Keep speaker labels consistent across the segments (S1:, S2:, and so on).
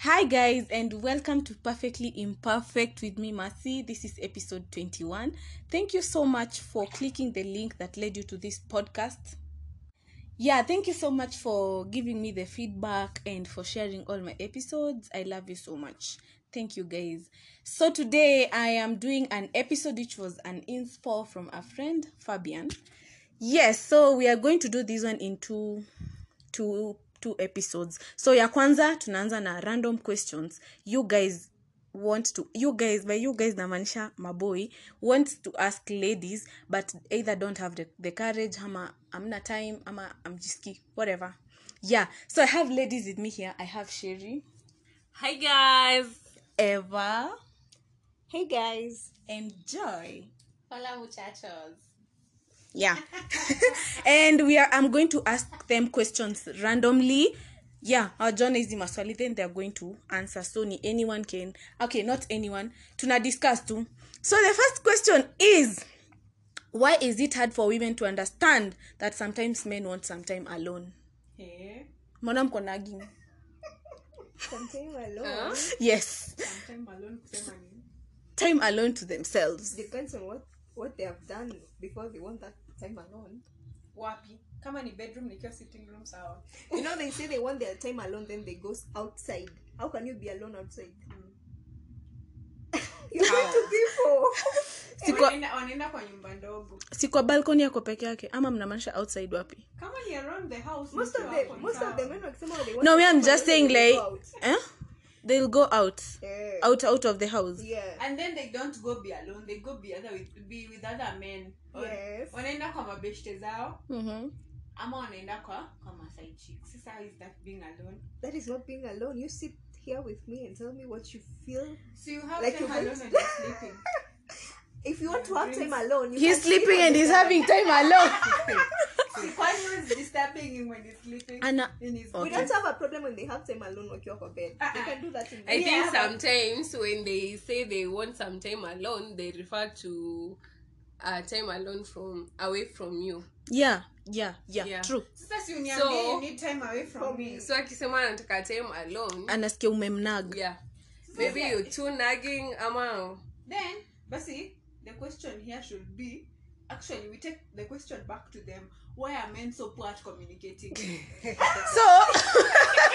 S1: Hi, guys, and welcome to Perfectly Imperfect with me, Marcy. This is episode 21. Thank you so much for clicking the link that led you to this podcast. Yeah, thank you so much for giving me the feedback and for sharing all my episodes. I love you so much. Thank you, guys. So, today I am doing an episode which was an inspo from a friend, Fabian. Yes, so we are going to do this one in two two two episodes so ya kwanza tunaanza na random questions you guys want to you guys by you guys namaanisha maboy want to ask ladies but either don't have the, the courage ama amna time ama amjiski whatever yeah so i have ladies with me here i have sherry
S2: Hi guys.
S1: eva hey guys and joy
S2: Hola muchachos.
S1: yeah and we are i'm going to ask them questions randomly yeah our journey is maswali then they're going to answer so ni anyone can okay not anyone tuna discuss too so the first question is why is it hard for women to understand that sometimes men want some time alone
S2: Hey.
S1: mbona mko nagging?
S3: Sometime alone.
S2: Huh?
S1: yes time alone to themselves
S3: Depends on what what they have done before they want that time alone.
S4: wapi kama ni bedroom nikiwa sitting room sawa
S3: You know they say they want their time alone, then they go s- outside. How can you be alone outside? Hmm. Ah. you go to people.
S1: Siko-
S4: Eh, Wanaenda- wanaenda kwa nyumba ndogo
S1: si kwa balkoni yako peke yake ama mnamaanisha outside wapi
S4: kama ni around the house
S3: Most of
S4: mtu
S3: the
S4: wako ni
S3: most of
S4: sawa.
S3: the men wakisema they want.
S1: no me
S3: time
S1: i'm just
S3: alone,
S1: saying
S3: they
S1: like
S3: go out.
S1: eh? they'll go out
S3: Yeah.
S1: out out of the house
S3: Yeah.
S4: and then they don't go be alone they go be other with, be with other men Or-
S3: Yes.
S4: wanaenda kwa mabeshte zao
S1: mm-hmm.
S4: ama wanaenda kwa kwa masai chicks sasa how is that being alone
S3: That is not being alone. You sit here with me and tell me what you feel.
S4: so you have
S3: Like
S4: time
S3: you-
S4: alone when you're sleeping
S3: If you want to have time alone, you
S1: he's
S3: can sleep
S1: sleeping
S3: on
S1: and
S3: the
S1: he's
S3: bed.
S1: having time alone
S4: See, why was disturbing him when he's sleeping
S1: Ana-
S4: in his
S1: Okay.
S3: We don't have a problem when they have time alone wakiwa kwa bed. They
S4: Uh-uh.
S3: can do that in
S4: I
S2: I
S3: bed.
S2: think
S4: Yeah, but-
S2: sometimes when they say they want some time alone, they refer to uh, time alone from away from you.
S1: yeah yeah yeah,
S2: Yeah.
S1: true
S4: sasa si uniambie
S2: So-
S4: you need time away from
S3: From
S4: me
S2: So akisema anataka time alone.
S1: anasikia umemnag
S2: yeah. Maybe you too nagging ama
S4: then basi the question here should be actually we take the question back to them why are men so poor at communicating Eh,
S1: so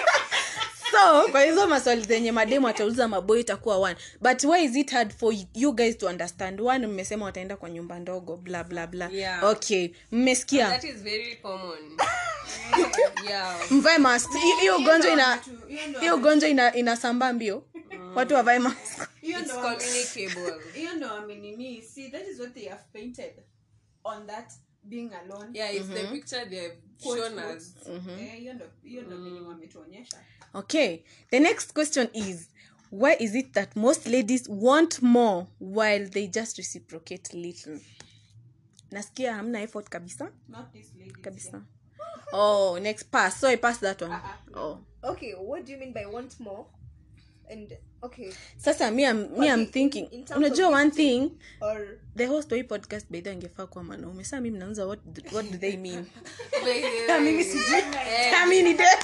S1: so kwa hizo maswali zenye mademu atauliza maboy itakuwa one but why is it hard for you guys to understand one mmesema wataenda kwa nyumba ndogo bla bla bla
S2: Yeah.
S1: okay mmesikia
S2: that is very common. yeah.
S1: mvae mask Hi- hiyo ugonjwa ina
S4: Watu- hiyo ndo-
S1: hiyo ugonjwa ina inasambaa mbio
S3: Mm.
S1: watu wavae mask
S4: hiyo
S2: It's
S4: ndo-
S2: communicable.
S4: hiyo ndo wamenini see that is what they have painted on that being alone
S2: Yeah, it's the picture they've
S4: Quote,
S2: shown
S4: quote.
S2: us.
S1: Mm-hmm.
S4: Eh, hiyo ndo hiyo ndo venye
S1: Mm.
S4: wametuonyesha
S1: Okay. The next question is why is it that most ladies want more while they just reciprocate little? Nasikia hamna effort kabisa.
S4: not this lady
S1: Kabisa. Oh, next pass. So I pass that one.
S3: Uh-uh.
S1: Oh.
S3: okay what do you mean by want more and okay
S1: Sasa me I'm, me
S3: Okay,
S1: I'm
S3: in-
S1: thinking.
S3: in terms
S1: Unajua
S3: of
S1: one thing
S3: or
S1: the whole story podcast by the way ingefaa kuwa mwanaume. Sasa mimi mnaanza what do- what do they mean?
S2: But-
S1: mimi sijui I mean, it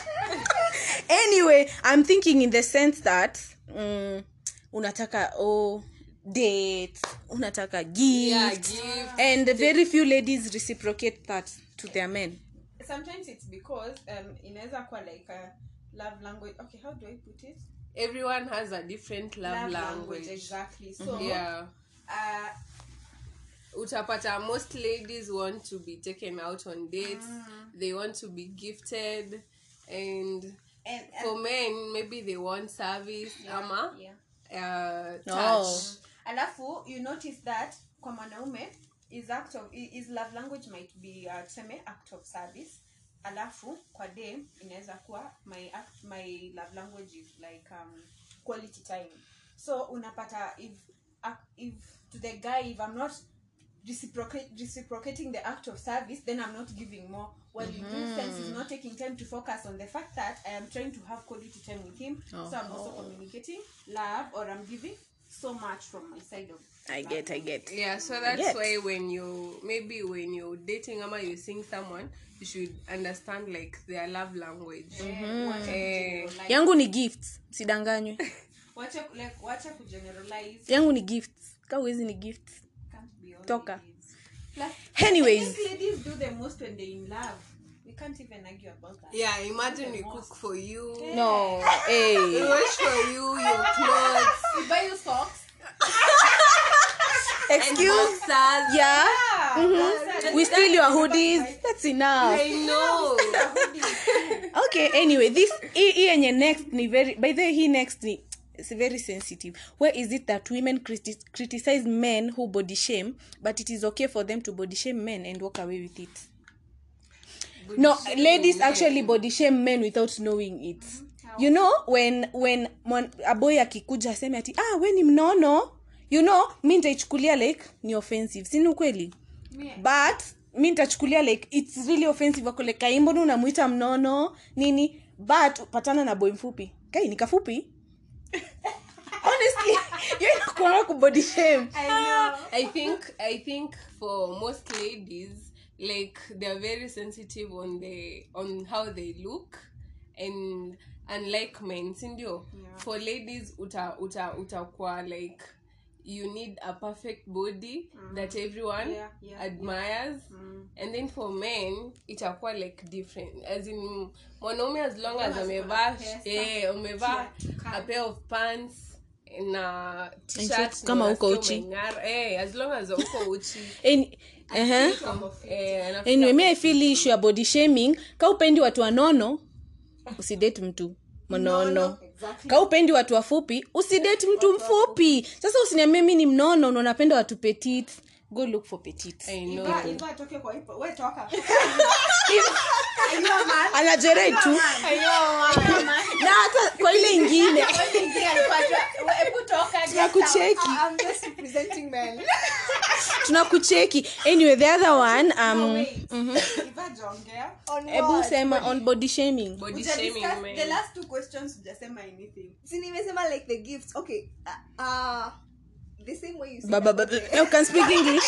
S1: anyway i'm thinking in the sense that mm, unataka oh, date unataka gift,
S2: Yeah, gift.
S1: and very few ladies reciprocate that to their men
S4: sometimes it's because um inaweza kuwa like a love language okay how do i put it
S2: everyone has a different love, language,
S4: exactly
S1: Mm-hmm.
S4: so
S2: yeah
S4: uh,
S2: utapata most ladies want to be taken out on dates
S4: Mm.
S2: they want to be gifted and
S4: and, and
S2: for men maybe they want service ama
S4: yeah.
S2: uh, touch
S1: Oh.
S4: alafu you notice that kwa mwanaume is act of i- his love language might be uh, tuseme act of service alafu kwa dame inaweza kuwa my act, my love language is like um, quality time so unapata if ac- if to the guy if i'm not reciprocate, reciprocating the act of service then i'm not giving more well in
S1: Mm-hmm.
S4: this sense is not taking time to focus on the fact
S1: Oh.
S4: that i am trying to have quality time with him so i'm also communicating love or i'm giving so much from my side of
S1: i get i get
S2: yeah
S4: Mm.
S2: so that's
S1: Yet.
S2: why when you maybe when you're dating ama you're seeing someone you should understand like their love language
S4: Mm-hmm.
S1: Mm-hmm.
S2: Eh.
S1: yangu ni gifts sidanganywe
S4: wacha like, wacha kugeneralize
S1: yangu ni gifts ka uwezi ni gifts
S4: can't be all
S1: Toka.
S4: it is. Plus, I
S1: anyways
S4: think ladies do the most when they're in love we can't even argue about that
S2: yeah imagine we cook for you
S1: no
S2: we
S1: hey.
S2: wash for you your clothes
S4: we buy you socks
S1: excuse
S2: boxers
S1: yeah
S4: ah,
S1: Mhm. we steal your hoodies that's enough
S2: i know
S1: okay anyway this hii hii yenye next ni very by the way, hii next ni is very sensitive where is it that women criti- criticize men who body shame but it is okay for them to body shame men and walk away with it no ladies actually body shame men without knowing it you know when when mon- a boy akikuja aseme ati ah we ni mnono you know mi nitaichukulia like ni offensive sini ukweli but mi nitachukulia like its really offensive wako like kaimbona unamwita mnono nini but patana na boy mfupi kai ni kafupi honestly yo inakuanga kubody shame
S2: I think I think for most ladies, like they're very sensitive on the on how they look and unlike men, sindio. For ladies uta uta utakuwa like you need a perfect body that everyone
S4: Mm. Yeah, yeah, Mm. yeah.
S2: admires and then for men itakuwa like different as in mwanaume as long as
S4: as uko na
S2: amevaa
S4: pesa,
S2: eh, umevaa
S4: kiatu,
S2: a pair of pants na
S1: shorts
S2: t-shirt
S1: kama
S2: na
S1: uko
S2: unasikia
S1: uchi.
S2: umeng'ara. Eh, as long as uko uchi
S1: Any, uh-huh.
S2: Eh, anafuta-
S1: anyway mi ifili ishu ya body shaming ka upendi watu wanono usidate mtu mnono ka upendi watu wafupi usidate mtu mfupi sasa usiniambie mi ni mnono na unapenda watu petit go look for petit
S2: I know.
S4: Iva- Iva atoke kwa hipo. We toka. Iva man.
S1: anajerai tu
S4: Iva man.
S1: na hata kwa ile ingine
S4: Wewe ingia alikuwa tu- we- hebu toka, get out.
S1: tunakucheki
S3: Ah, I'm just representing men.
S1: tunakucheki anyway the other one
S4: No,
S1: um,
S4: wait. Iva jongea.
S3: On
S1: ebu
S3: what?
S1: sema on body shaming
S2: Body
S4: Uja
S2: shaming
S4: discuss
S2: men.
S4: the last two questions hujasema anything.
S3: Si nimesema like the gifts. Okay. Uh, uh the same way you say
S1: Ba- ba- ba- no, can speak english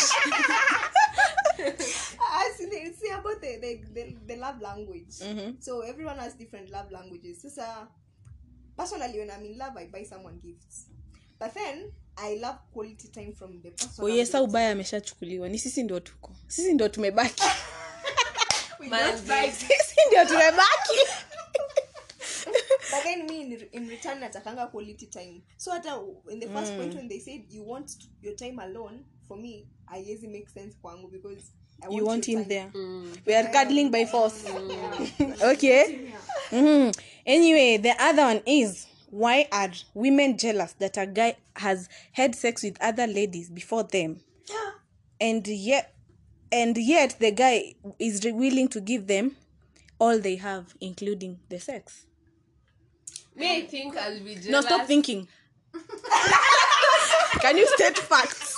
S3: actually see about the the, the, the love language so everyone has different love languages so uh, personally when i'm in love i buy someone gifts but then i love quality time from the person I'm
S1: oyesa
S3: with.
S1: ubaya ameshachukuliwa ni sisi ndio tuko sisi ndio tumebaki
S4: We
S2: Man,
S4: don't buy-
S1: sisi ndio tumebaki
S3: but then me in, in return natakanga quality time so hata u- in the first
S1: Mm.
S3: point when they said you want your time alone for me haiwezi make sense kwangu because I
S1: you want
S3: your
S1: him
S3: time.
S1: there
S4: Mm.
S1: we are cuddling by force okay
S4: Yeah.
S1: Mhm. anyway the other one is why are women jealous that a guy has had sex with other ladies before them
S3: Ah!
S1: and yet and yet the guy is re- willing to give them all they have including the sex
S2: Me, I think I'll be
S1: no
S2: jealous.
S1: stop thinking can you state facts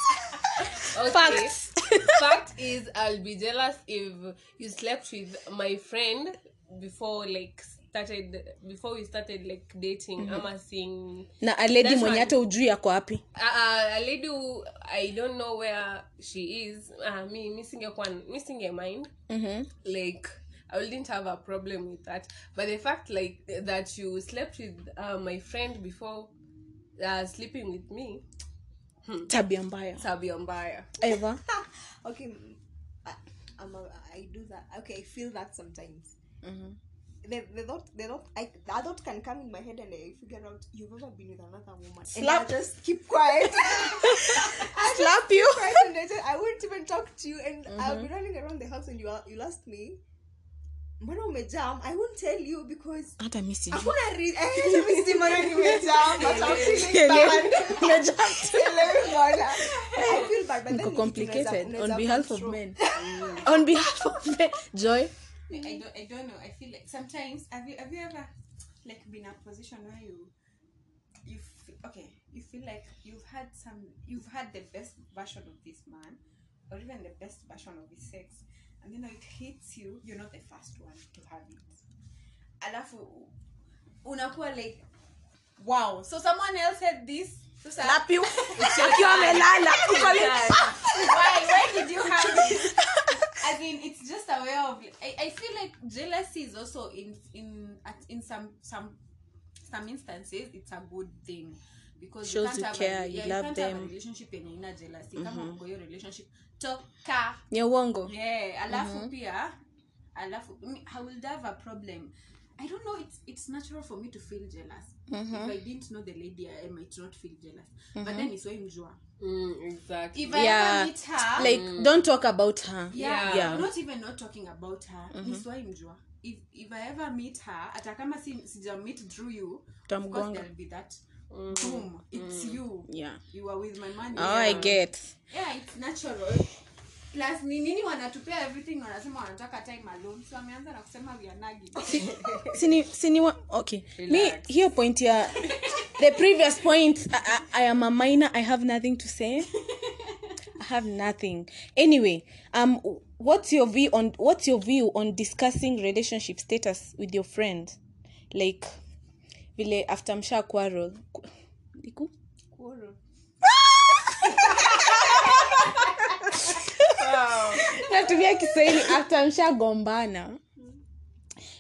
S2: Okay.
S1: facts
S2: Fact is, I'll be jealous if you slept with my friend before, like started before we started like dating.
S1: Mm-hmm.
S2: ama seeing
S1: na aledi
S2: That's
S1: mwenye
S2: why-
S1: hata ujui ako wapi
S2: uh, a lady who I don't know where she is. Uh, me missing a one, missing a mind.
S4: Mm-hmm.
S1: Mhm.
S2: Like I wouldn't have a problem with that. But the fact like that you slept with uh, my friend before uh, sleeping with me,
S1: tabia mbaya
S2: tabia mbaya.
S1: ever
S3: okay mm, I, I'm a, I do that okay I feel that sometimes
S1: Mm-hmm.
S3: the, the thought the thought I, the thought can come in my head and I figure out you've ever been with another woman
S1: Slap.
S3: and I just keep quiet
S1: slap you Mm-hmm.
S3: quiet and I, just, I won't even talk to you and I'll be running around the house and you are, you'll ask me mbona umejam I won't tell you because
S1: hata mi sijui.
S3: hakuna reason eh hata mimi si mbona nimejam but I'm feeling
S1: Sielewi.
S3: bad Sielewi mbona I feel bad but then
S1: Mko
S3: ni kitu
S1: complicated on
S3: unaweza- unaweza
S1: behalf of
S3: control.
S1: men on behalf of men joy
S4: I don't, I don't know. I feel like sometimes have you have you ever like been in a position where you you f- okay you feel like you've had some you've had the best version of this man or even the best version of his sex and then now it hits you you're not the first one to have it alafu unakuwa like wow so someone else had this sasa
S1: lapi ukiwa amelala uko vipi?
S4: why why did you have this i mean it's just a way of i, I feel like jealousy is also in in at, in some some some instances it's a good thing because
S1: Shows you
S4: you can't have
S1: care,
S4: a,
S1: you
S4: yeah,
S1: love
S4: you can't have
S1: them. Mm-hmm.
S4: a relationship yenye ina jealousy kama uko hiyo relationship toka
S1: ni uongo
S4: yeah alafu
S1: Mm-hmm.
S4: pia alafu I mean, i will have a problem i don't know it's, it's natural for me to feel jealous
S1: Mm-hmm.
S4: if i didn't know the lady i might not feel jealous but then it's mjua
S2: Mm, exactly.
S4: if i
S1: Yeah.
S4: ever meet her
S1: like don't talk about her
S4: yeah,
S1: Yeah. Mm-hmm.
S4: not even not talking about her niswai mjua if, if i ever meet her hata kama si, sija meet drew you of course
S1: Utamgonga.
S4: there'll be that boom it's you
S1: Mm-hmm. yeah
S4: you are with my man
S1: oh i get
S4: yeah it's natural plus ni nini wanatupea everything wanasema wanataka time alone so ameanza na kusema we are nagging
S1: sini sini wa, okay mi
S2: Relax.
S1: hiyo point ya the previous point I, I, i am a minor i have nothing to say i have nothing anyway um what's your view on what's your view on discussing relationship status with your friend like vile after msha quarrel Qu- niku- natumia kiswahili after mshagombana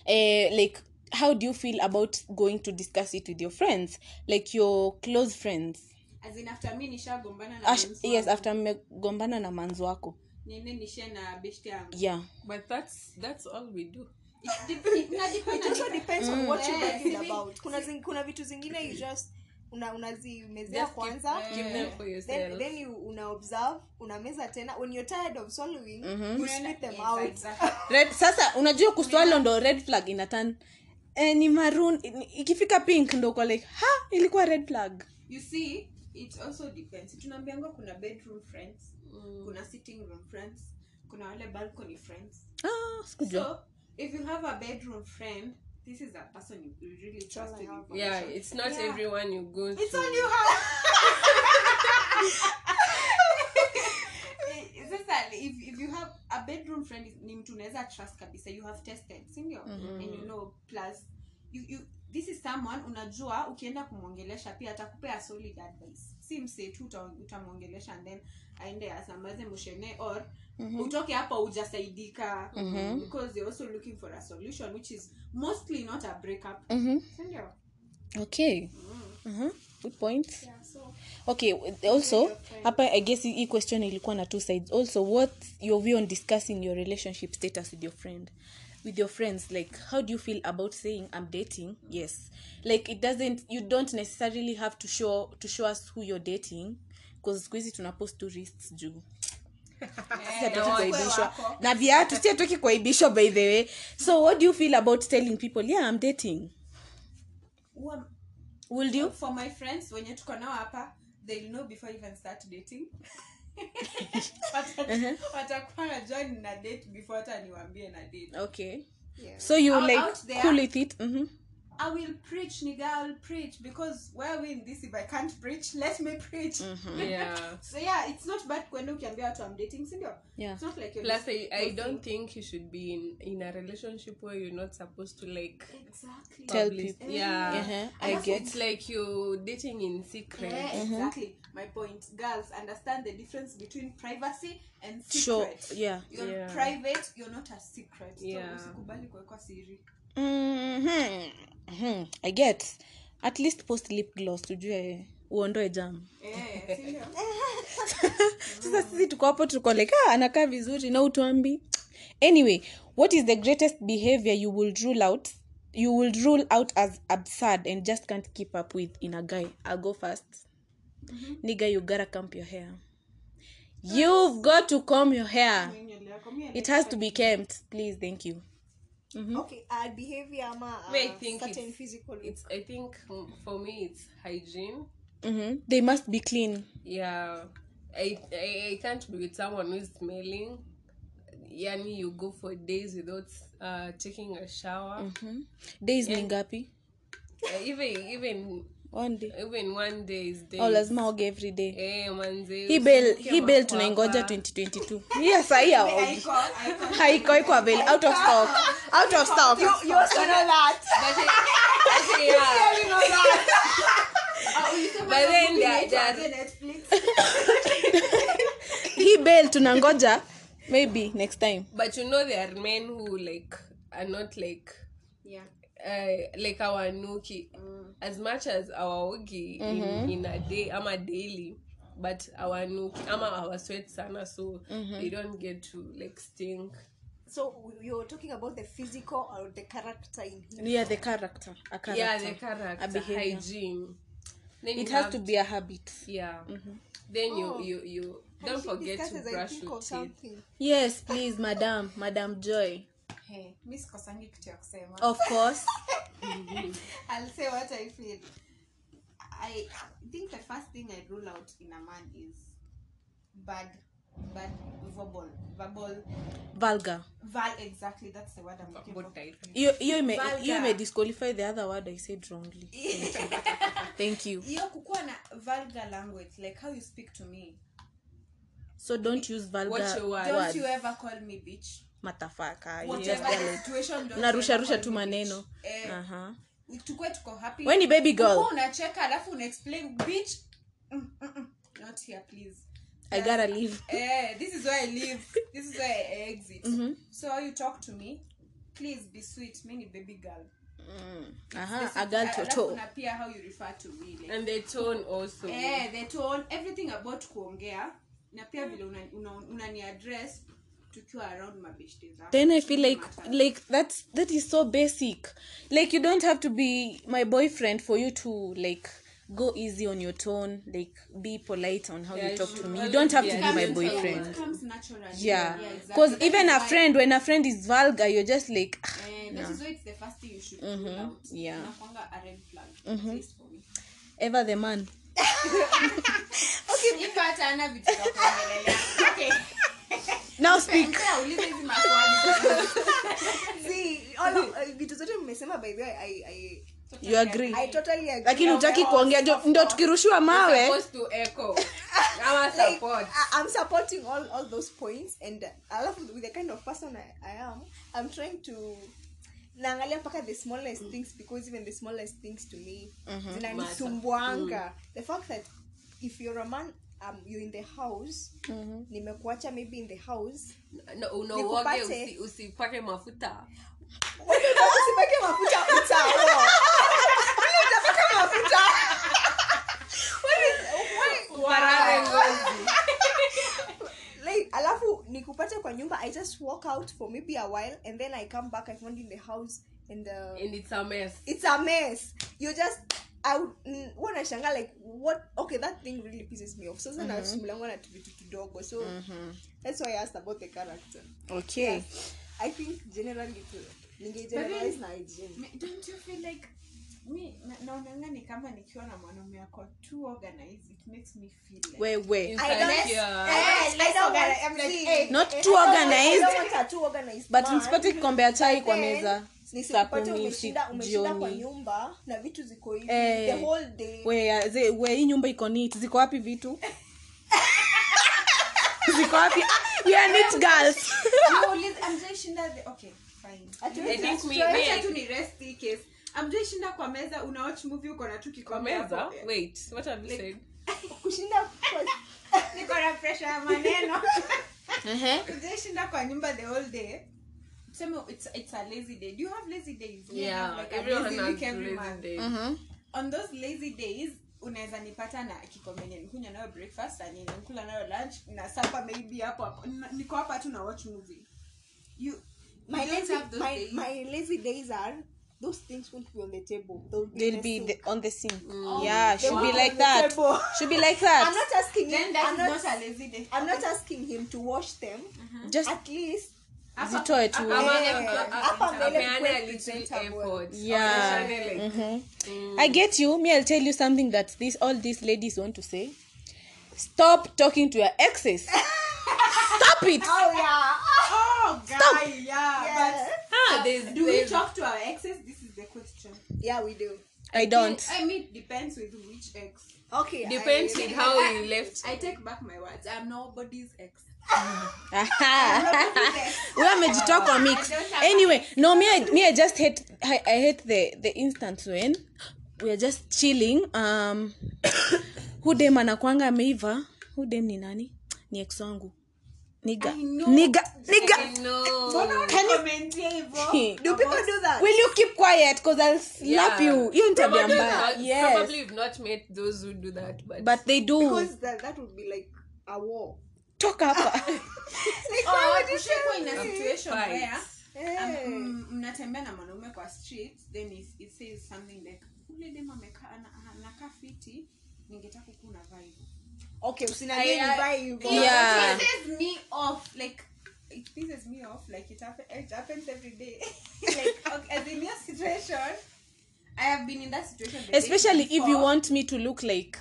S1: eh, like how do you feel about going to discuss it with your friends like your close friends
S4: as in after mi nishagombana na
S1: Ash,
S4: manzi
S1: yes
S4: wangu,
S1: after mmegombana na manzi wako
S4: niende nishare na beshte yangu
S1: yeah
S2: but that's that's all we do.
S4: It dep- it- na depend-
S3: it also depends on what you
S4: Yeah,
S3: guys feel
S4: see,
S3: about Eh, kuna zing, kuna vitu zingine you just una unazimezea
S2: Just keep-
S3: kwanza
S2: keep
S4: Eh,
S2: them for
S3: then,
S2: yourself.
S3: then you una observe unameza tena when you're tired of swallowing you
S4: Unaenda-
S3: spit them
S4: Yes,
S3: out
S4: exactly.
S1: red sasa unajua kuswalo ndo red flag inatan eh, ni maroon ni- ikifika pink ndo kwa like ha ilikuwa red flag
S4: you see it also depends tunaambianga kuna bedroom friends kuna sitting room friends kuna wale balcony friends
S1: ah, sikujua
S4: so if you have a bedroom friend this is a person you- you really trust in your
S2: Yeah, it's not
S4: Yeah.
S2: everyone you go to.
S4: It's on you how. sasa if, if you have a bedroom friend is- ni mtu unaweza trust kabisa you have tested sindio and you know plus you, you, this is someone unajua ukienda kumwongelesha pia atakupea solid advice si msee tu uta- utamwongelesha and then aende asambaze mushene or utoke hapo ujasaidika because you're also looking for a solution which is mostly not a breakup
S1: Mhm.
S4: sindio
S1: okay uh-huh. good point
S4: yeah, so
S1: okay also hapa i guess hii question ilikuwa na two sides also what your view on discussing your relationship status with your friend with your friends like how do you feel about saying i'm dating yes like it doesn't you don't necessarily have to show to show us who you're dating bcause siku hizi tunapost tu wrists juu Sisi hatutoki
S4: Eh, na
S1: kuaibishwa.
S4: wako.
S1: na viatu si atoki kuaibishwa by the way so what do you feel about telling people yeah i'm dating
S4: huwa
S1: will you
S4: for my friends wenye tuko nao hapa they'll know before even start dating Wata- watakuwa najua nina date before hata niwaambie na date
S1: okay
S3: Yeah.
S1: so you
S4: Out-
S1: like
S4: out there.
S1: cool with it mm-hmm.
S4: i will preach nigga i'll preach because why win this if i can't preach let me preach
S2: Mm-hmm. Yeah.
S4: so yeah it's not bad kwenda ukiambia watu am dating sindio
S1: Yeah.
S4: it's not like you're
S2: Plus,
S4: just
S2: I, I
S4: posting.
S2: don't think you should be in, in a relationship where you're not supposed to like
S4: exactly
S1: Tell
S2: publish-
S1: people.
S2: Yeah,
S1: Uh-huh, I
S2: Alafu
S1: get.
S2: It's like you dating in secret.
S4: Yeah, exactly my point girls understand the difference between privacy and
S1: Sure,
S4: secret
S1: yeah.
S4: you're
S2: Yeah.
S4: private you're not a secret
S2: Yeah.
S4: so usikubali kuwekwa siri
S1: Mhm. Mhm. i get at least post lip gloss tujue uondoe jam
S4: Eh, si ndio?
S1: sasa sisi tuko hapo tuko like ah, anakaa vizuri na utuambi anyway what is the greatest behavior you will rule out you will rule out as absurd and just can't keep up with in a guy i'll go first nigga you gotta comb your hair you've got to comb your hair
S4: Nywele yako, mi
S1: it has to be kempt please thank you
S3: okay uh, behavior ama uh,
S2: Wait, think
S3: certain
S2: it's-
S3: physical
S2: It's I think mm, for me it's hygiene.
S1: mm-hmm. they must be clean
S2: Yeah, I I, I can't be with someone who's smelling. Yani, you go for days without uh, taking a shower.
S1: Mm-hmm. days ni ngapi
S2: Uh, even even
S1: one day
S2: even one day is day.
S1: au lazima oge every day
S2: Eh, manze,
S1: hii bel
S2: usiamke
S1: hii bel
S2: mapema.
S1: tunaingoja 2022 hiyo sahi hawaogi.
S4: haiko- haiko-
S1: haiko iko avail out of stock out of stock
S2: But, eh, but, eh, yeah.
S4: Ah, ulisema
S2: But then
S4: unakumbuka
S2: there are Tuanze
S1: hii bel tunangoja maybe next time
S2: but you know there are men who like are not like
S4: Yeah.
S2: uh, like our nuki
S1: Mm.
S2: as much as our ogi
S1: Mm-hmm.
S2: in, in a day ama daily but our nuki ama our sweat sana so
S1: Mm-hmm.
S2: they don't get to like stink
S3: So you're talking about the physical or the character in him.
S1: yeah the character a character
S2: yeah the
S1: a
S2: character
S1: behavior
S2: hygiene then
S1: it
S2: you
S1: has
S2: have-
S1: to be Mm-hmm. Oh. a habit
S2: yeah then you you you
S3: Can
S2: don't
S3: she
S2: forget
S3: discuss
S2: to
S3: as I
S2: brush
S3: think
S2: your
S3: of
S2: teeth
S3: something?
S1: yes please madam madam joy
S4: Hey, mi sikosangi kitu ya kusema
S1: of course
S4: I'll say what I feel. I think the first thing I rule out in a man is bad, bad verbal, verbal,
S1: vulgar
S4: val. Exactly, that's the word I'm looking for.
S2: Good title.
S1: hiyo hiyo ime-
S4: Vulgar.
S1: hiyo ime disqualify the other word i said wrongly thank you
S4: Hiyo kukuwa na vulgar language, like how you speak to me.
S1: so don't use
S2: Watch
S1: vulgar
S2: your words.
S4: Don't
S1: words.
S4: you ever call me bitch.
S1: matafaka you just
S4: Whatever the
S1: yell it.
S4: situation, don't you ever
S1: unarusharusha
S4: call
S1: tu
S4: me
S1: maneno
S4: bitch. Eh,
S1: Aha.
S4: tukue tuko happy
S1: We ni baby girl.
S4: Ukuwa unacheka alafu una explain bitch mm, mm, mm, not here please
S1: i gotta leave
S4: Eh, this is where I live. This is where I exit.
S1: Mm-hmm.
S4: So how you talk to me, please be sweet. Me ni baby girl.
S1: Aha,
S4: This
S1: Ah, a
S4: is-
S1: girl
S4: alafu
S1: toto
S4: na pia how you refer to me. Like,
S2: and the tone also
S4: eh, the tone, everything about kuongea na pia vile unani una, unani address tukiwa around mabeshte zako.
S1: then i feel like
S4: Matter.
S1: like that's that is so basic like you don't have to be my boyfriend for you to like go easy on your tone like be polite on how
S2: Yeah,
S1: you
S2: it
S1: talk
S2: should
S1: to me you
S2: always
S1: don't have
S2: be
S1: to
S2: a
S1: be my
S2: gentle
S1: boyfriend
S4: It comes naturally.
S1: yeah
S4: exactly.
S1: because
S4: That
S1: even
S4: is
S1: a
S4: why-
S1: friend when a friend is vulgar you're just like "Ah,
S4: Eh, that is why it's the first thing you should rule out.
S1: Mm-hmm. yeah. Mm-hmm.
S4: Inakuanga a red flag, at least for me.
S1: ever the man
S4: If hata hana vitu za kuongelelea. Okay.
S1: now speak
S4: Mzee aulize hizi maswali.
S3: See, all of- uh, vitu zote mmesema by the way I, I,
S1: you agree
S3: I totally agree. eh,
S1: lakini utaki kuongea jo- ndo tukirushiwa mawe
S2: supposed to echo our support
S3: I, I'm supporting all, all those points and uh, I love with the kind of person I, I am. I'm trying to naangalia mpaka the smallest things because even the smallest things to me zinanisumbuanga the fact that if you're a man um, you're in the house nimekuacha maybe in the house
S2: No, unaoge
S3: Nikupate.
S2: usi, usipake mafuta
S3: usipake mafuta utaoa Kwani utapaka mafuta What is- what-
S2: uparare ngozi
S3: like alafu nikupata kwa nyumba i just walk out for maybe a while and then i come back i found in the house and uh,
S2: and it's a mess
S3: it's a mess you just I would- mm, huwa nashanga like what okay that thing really pisses me off sasa mm nasumbuliangwa na vitu kidogo so that's why i asked about the character
S1: okay
S3: i think generally tu ningegeneralize na hygiene
S4: Me- don't you feel like me na- naonanga ni kama nikiwa na mwanaume ako too organized it makes me feel like
S1: wewe
S3: I don't-
S2: insecure
S4: Eh, I don't want- I'm like,
S3: See,
S4: eh,
S1: not
S3: I
S1: too
S3: don't- I
S1: organized
S3: don't want a too organized
S1: but
S3: man.
S1: nisipate kikombe ya chai kwa
S3: Then,
S1: meza saa
S3: nisikupate
S1: kumi
S3: umeshinda
S1: usiku
S3: umeshinda kwa
S1: jioni
S3: nyumba na vitu ziko hivi
S1: Eh,
S3: the whole day
S1: we ya- ze- we, uh, hii nyumba iko nit ziko wapi vitu ziko wapi Ah, we are neat girls
S4: You ulize- amjaishinda the okay fine
S3: At
S2: I
S3: least
S2: think
S3: that's
S2: me-
S3: try-
S2: me-
S4: Acha tu ni rest hii case amjaishinda kwa meza una watch movie uko na tu
S2: Kwa
S4: kikombe
S2: meza
S4: hapo.
S2: wait what have you said
S3: kushinda kwa-
S4: niko na pressure ya maneno
S1: Ehe.
S4: amjaishinda kwa nyumba the whole day Tuseme it's, it's a lazy day. Do you have lazy days? We have
S2: yeah
S4: like a
S2: everyone
S4: lazy
S2: has
S4: week every
S2: lazy
S4: month.
S2: days
S4: on those lazy days unaweza nipata na kikombe yenye nikunywa nayo breakfast na yenye nikula nayo lunch na supper maybe hapo hapo Na- niko hapa tu na watch movie you
S3: my
S4: you don't
S3: lazy-
S4: have those
S3: my-
S4: days.
S3: my lazy days are those things won't be on the table they'll be, in
S1: they'll
S3: the
S1: be
S3: sink.
S1: the, on the sink yeah should be
S3: Wow.
S1: like that
S3: Table.
S1: should be like
S3: i'm
S1: that
S3: not asking
S4: then
S3: him
S4: that
S3: I'm
S4: is
S3: not,
S4: not a lazy day
S3: i'm not asking him to wash them
S1: just
S3: at least
S4: Hapa-
S1: zitoe tu
S4: hapa-
S2: Ama-
S3: Yeah.
S2: a- a-
S3: Hapa mbele
S2: apeane
S3: kuwe
S2: a little
S3: presentable.
S2: effort.
S1: Yeah.
S2: Aonyeshane like,
S1: I get you. Me, I'll tell you something that this all these ladies want to say. Stop talking to your exes. Stop it.
S3: oh yeah
S4: oh guy yeah
S3: yeah,
S4: but
S2: ah, there's-
S4: do we
S2: there's-
S4: talk to our exes this is the question
S3: yeah we do
S1: I don't.
S4: i mean it depends with which ex
S3: okay
S2: depends
S3: I,
S2: with how you left
S4: i take back my words i'm nobody's ex
S1: we amejitoa kwa mix anyway no me I, me I just hate I, I hate the the instance when we are just chilling um hudem anakwanga ameiva hudem ni nani ni ex wangu niga
S4: I know.
S1: niga niga
S2: No.
S1: Can you-
S4: Komentia hivyo.
S3: do people do that
S1: will you keep quiet cause i'll slap
S2: Yeah.
S1: you hiyo ni tabia
S2: Probably
S1: mbaya
S2: not-
S1: yes
S2: Probably we've not met those who do that, but,
S1: but they do
S3: because that, that would be like a war
S1: toka hapa
S3: Like, why
S4: Or
S3: would you
S4: kushakuwa
S3: tell
S4: ina
S3: me?
S4: situation
S2: Fight.
S4: where
S3: Eh.
S4: am- m- mnatembea na mwanaume kwa street then it, it says something like ule dem amekaa ana- anakaa fiti ningetaka kuwa unavaa hivyo."
S3: okay
S4: I-
S3: usiniambie
S4: I-
S3: nivae hivyo.
S1: Yeah.
S4: it pisses me off like it pisses me off like it, happen, it happens every day like okay, as in your situation i have been in that situation the day
S1: especially if you
S4: before.
S1: want me to look like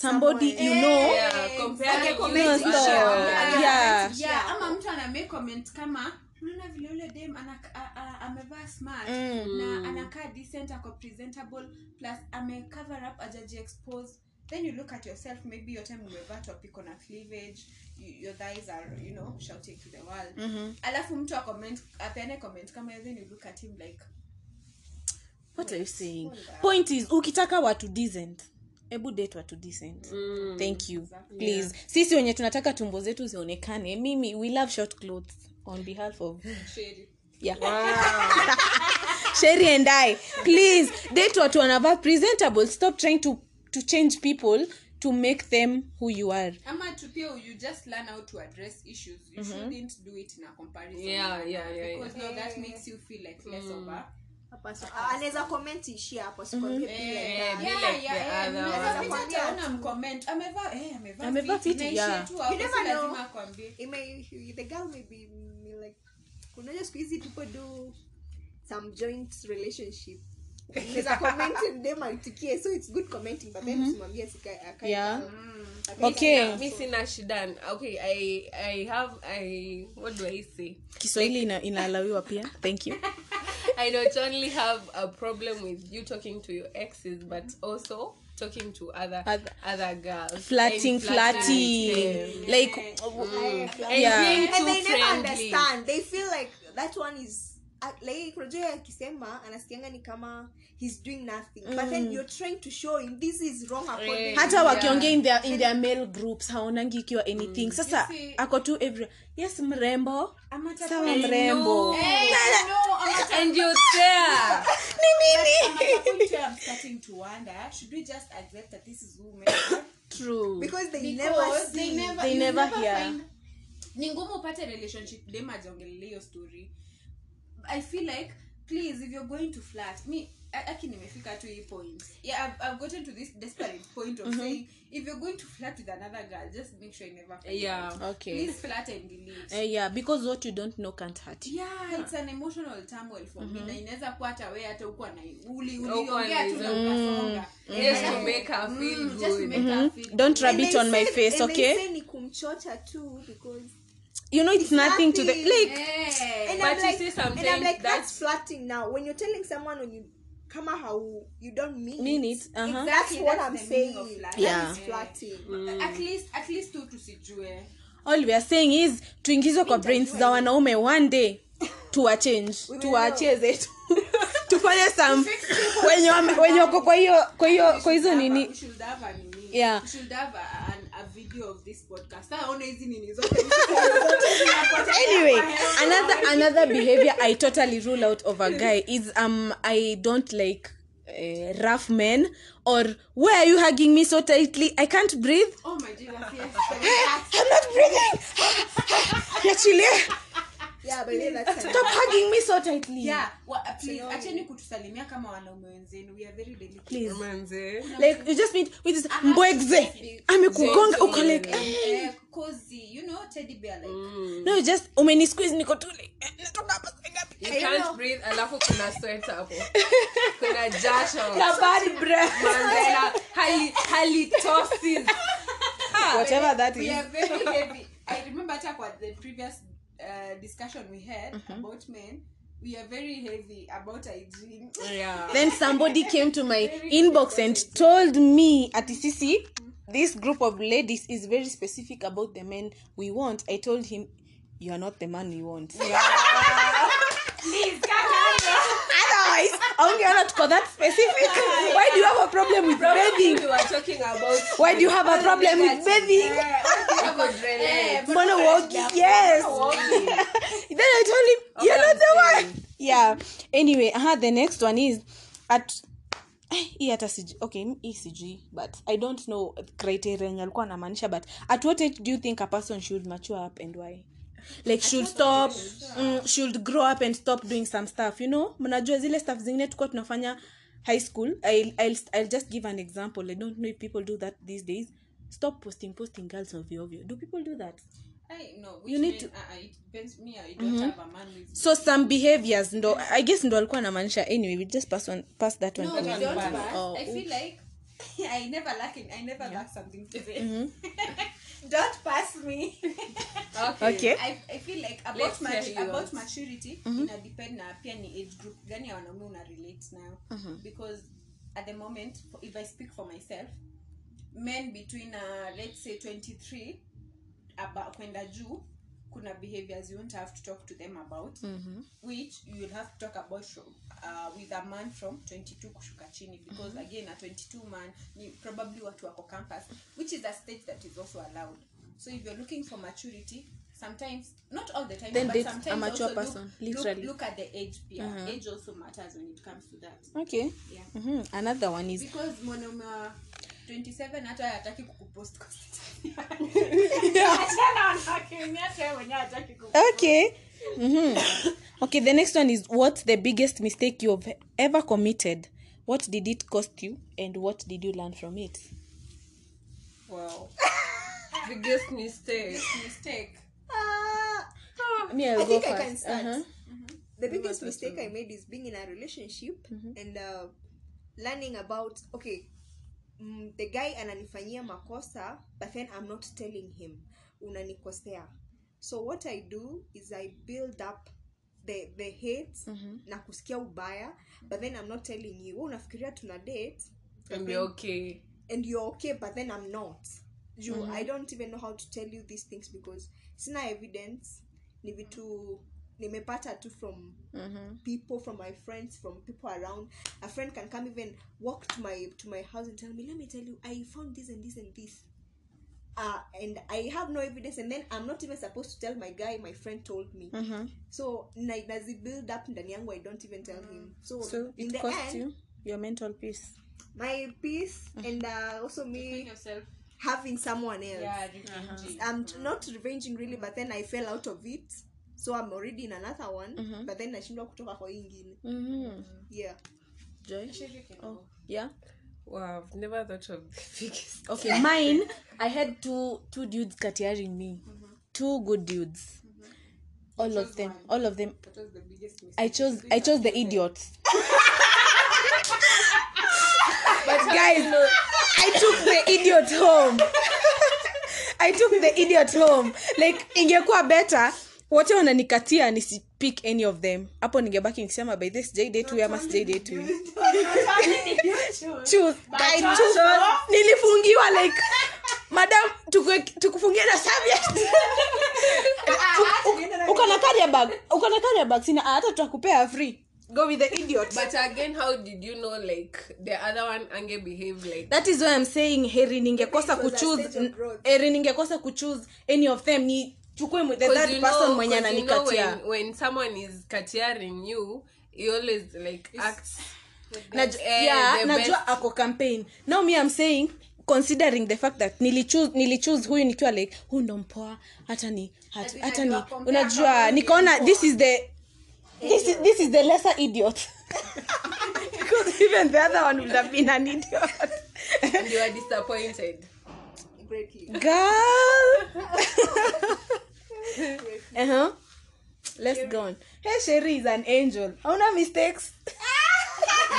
S1: somebody you
S3: Someone.
S1: know
S2: yeah, comparing
S4: Okay,
S2: you
S4: comment
S2: to
S1: is
S2: other-
S1: not-
S2: Yeah.
S1: Yeah.
S4: Yeah, ama mtu anamake comment kama unaona vile ule dem ana- a- a- amevaa smart
S1: Mm.
S4: na anakaa decent ako presentable plus amecover up ajaji expose then you look at yourself maybe your time umevaa top iko na cleavage you, your thighs are you know shouting to the world
S1: Mhm.
S4: alafu mtu acomment apeane comment kama hiyo then you look at him like
S1: what are you saying point is ukitaka watu decent hebu date watu decent mm. thank you please sisi wenye tunataka tumbo zetu zionekane mimi we love short clothes on behalf of
S4: sheri
S1: yeah. sherry and i please date watu wanavaa presentable stop trying to, to change people to make them who you are
S4: ama tu pia you just learn how to address issues you shouldn't do it in a comparison
S2: Yeah, yeah, yeah, yeah.
S4: because now that makes you feel like less of a
S3: Hapa so- ah, anaweza comment ishia hapo sikwambie pia
S2: Eh,
S3: ina-
S2: be like the other one.
S1: Amevaa fiti, yeah.
S3: You never know. It may- the girl may be may like unajua siku hizi people do some joint relationship Unaweza comment dem aitikie so it's good commenting but then usimwambie asika- akae
S1: Yeah.
S3: down. Akae
S1: Mm. okay
S2: mi sina shida okay i i have i what do i say
S1: kiswahili ina- inaalawiwa pia thank you
S2: i don't only have a problem with you talking to your exes but also talking to other
S1: Other-
S2: other, other girls
S1: flirting
S2: And
S1: flirty
S2: with them.
S1: like
S3: down.
S2: and
S1: Yeah.
S2: being too
S3: and they never
S2: friendly
S3: understand they feel like that one is at- like roje akisema anasikianga ni kama he's doing nothing but then you're trying to show him this is wrong according
S2: Yeah.
S1: hata wakiongea in their, in their male groups haonangi ikiwa anything sasa
S4: You see-
S1: ako tu every yes mrembo sawa
S2: I
S1: mrembo
S2: know. and you're there
S1: true
S3: because they never see
S1: They never hear.
S4: ni ngumu upate relationship dem ajongelele hiyo story i feel like please if you're going to flat me a- aki nimefika to hii point yeah I've, i've gotten to this desperate point of
S2: Mm-hmm.
S4: saying if you're going to flat with another girl just make sure you never find
S2: Yeah.
S4: out.
S1: Okay.
S4: please flat and delete
S1: Eh, yeah because what you don't know can't hurt you
S4: yeah it's an emotional turmoil for me na inaweza kuwa hata wewe hata huko na uli
S2: Mm-hmm. Hukuwa
S4: uliongea tu na
S2: na- Mm.
S4: ukasonga
S2: just to make her feel
S4: Mm, just to
S2: good Mm-hmm.
S4: make her feel
S1: don't
S4: good.
S1: rub
S3: And
S1: it
S3: they
S1: on my
S3: said-
S1: face
S3: and they
S1: okay
S3: say ni kumchocha tu because
S1: you know it's nothing to the
S3: nothing.
S1: like
S4: Eh.
S3: and
S2: But
S3: I'm
S2: you
S3: like,
S2: see
S3: and I'm
S2: sometimes
S3: like that's
S2: that's-
S3: flirting now when you're telling someone when you kama how you don't mean
S1: mean it uh-huh.
S4: Exactly,
S3: that's what
S4: that's
S3: I'm
S4: the meaning of
S3: saying
S4: life.
S1: Yeah.
S3: that is flirting
S4: at least at least tu tusijue
S1: all we are saying is tuingizwe kwa brains za wanaume one day tuwachange tuwaachie zetu tufanye some wenye wame- wenye wako kwa hiyo kwa hiyo kwa hizo nini Yeah. anyway another another behavior i totally rule out of a guy is um i don't like uh, rough men or why are you hugging me so tightly i can't breathe
S4: Oh
S1: i'm not breathing niachilie
S3: yeah but then that's
S1: stop hugging me so tightly
S4: uh, acheni kutusalimia kama wanaume wenzenu we are very delicate.
S1: please
S2: manze
S1: like you just meet with this mbwegze amekugonga uko like
S4: Eh, eh, cozy, you know, teddy bear like.
S1: no just umeni squeeze niko tu like eh, natoka hapa saa ngapi?
S2: you can't breathe alafu kuna sweat hapo kuna jasho
S1: Na bad breath.
S2: manze na hali halitosis
S1: whatever that
S4: we
S1: is
S4: are very heavy. I remember hata kwa the previous uh, discussion we had
S1: Mm-hmm.
S4: about men, we are very heavy about hygiene.
S2: yeah
S1: then somebody came to my inbox and told me at sisi this group of ladies is very specific about the men we want i told him you are not the man we want
S4: Please, kaka,
S1: guys aungeona tuko that specific why do you have a problem with bathing
S2: we were talking about
S1: why do you have a problem with bathing
S3: Eh.
S1: mbona uogi yes then i told him you're not the one yeah anyway uh the next one is at Eh, hii hata sijui okay m- hii sijui but i don't know criteria yenye alikuwa anamaanisha but at what age do you think a person should mature up and why like should stop mm, should grow up and stop doing some stuff you know mnajua zile stuff zingine tulikuwa tunafanya high school I'll, I'll, i'll just give an example i don't know if people do that these days stop posting posting girls ovyo ovyo do people do that
S4: I no, which
S1: You need Mm-hmm.
S4: men- uh, uh, it depends me. I don't have a man with
S1: so some behaviors ndo i guess ndo alikuwa anamaanisha anyway we just pass, one, pass that one
S4: No, we
S1: please.
S4: don't,
S2: one.
S4: but
S1: Oh,
S4: I
S1: oops.
S4: feel like I never lack in, I never lack something to say. don't pass me.
S1: okay
S4: I, I feel like about
S2: Let's
S4: mat-
S2: hear
S4: about
S2: yours.
S4: maturity mm-hmm. ina depend na pia ni age group gani ya wanaume una relate now mm-hmm. because at the moment if I speak for myself men between uh, let's say 23 about kwenda juu kuna behaviors you won't have to talk to them about mm-hmm. which you will have to talk about from, uh, with a man from 22 kushuka chini because mm-hmm. again a 22 man ni probably watu wako campus which is a stage that is also allowed so if you're looking for maturity sometimes not all the time
S1: Then
S4: but
S1: date a
S4: sometimes
S1: mature
S4: also
S1: person,
S4: look,
S1: literally. Mm-hmm.
S4: look, look at the age pia age also matters when it comes to that
S1: okay
S4: yeah
S1: mm-hmm. another one is
S4: because mwanaume wa 27 hata hataki kukupost kwa status. Achana wanawake wenyewe, hata yeye mwenyewe hataki kukupost.
S1: okay mm-hmm. okay the next one is what's the biggest mistake you have ever committed what did it cost you and what did you learn from it
S2: wow biggest mistake
S4: Mistake.
S3: Ah,
S1: me
S3: I
S1: I'll go
S3: think I
S1: first.
S3: can start.
S1: Uh-huh.
S3: The biggest mistake I made is being in a relationship and uh, learning about okay, mm, the guy ananifanyia makosa, but then I'm not telling him unanikosea. So what I do is I build up the the hate na kusikia ubaya, but then I'm not telling you. Wewe unafikiria tuna date
S2: and be okay
S3: and you're okay but then i'm not you
S1: Mm-hmm.
S3: i don't even know how to tell you these things because sina evidence ni vitu nimepata tu from
S1: Mm-hmm.
S3: people from my friends from people around a friend can come even walk to my to my house and tell me let me tell you i found this and this and this uh, and i have no evidence and then i'm not even supposed to tell my guy my friend told me
S1: Mm-hmm.
S3: so na nazi build up ndani yangu i don't even tell him so,
S1: Mm-hmm. so
S3: in
S1: it
S3: the
S1: cost
S3: end
S1: you your mental peace
S3: my peace
S1: Mm-hmm.
S3: and uh, also me
S4: Find yourself.
S3: having someone else.
S4: Yeah, revenge.
S3: I'm t- not revenging really, but then I fell out of it, so I'm already in another one. But then nashindwa kutoka kwa hii ingine.
S1: mm-hmm.
S3: Yeah.
S1: joy
S4: Shiriki na
S1: oh yeah
S2: wow i've never thought of the biggest
S1: okay mine i had two two dudes katiaring me two good dudes
S4: Mm-hmm.
S1: all of them all of them
S4: What was the biggest mistake?
S1: i chose i chose the idiots but guys i took the idiot home i took the idiot home like ingekuwa better wote wananikatia nisi pick any of them hapo ningebaki nikisema by this jday to ama sijday to choose. I choose. nilifungiwa like madam tuku- tukufungie na serviette. Ah, U- u- uko na carrier bag uko na carrier bag sina ah, hata tutakupea free go with the idiot
S2: but again how did you know like the other one ange behave like
S1: that is why i'm saying heri ningekosa
S3: Maybe it was a
S1: kuchoose
S3: stage of growth.
S1: heri ningekosa kuchoose any of them ni chukue mwe- the
S2: 'Cause
S1: third
S2: you
S1: person
S2: know-
S1: mwenye
S2: 'cause you know
S1: ananikatia
S2: when, when someone is katiaring you he always like acts
S1: Naj-
S2: Eh,
S1: yeah,
S2: the
S1: najua
S2: best.
S1: ako campaign now me i'm saying considering the fact that nilichoose nilichoose huyu nikiwa like huyu ndo mpoa hata ni hat-
S4: Ati
S1: hata ni
S4: najua compare kama
S1: unajua
S4: huyu ni
S1: nikaona this is the this is, this is the lesser idiot because even the other one would have been an idiot
S2: and you are disappointed
S3: Greatly.
S1: girl uh-huh let's go on hey sherry is an angel hauna mistakes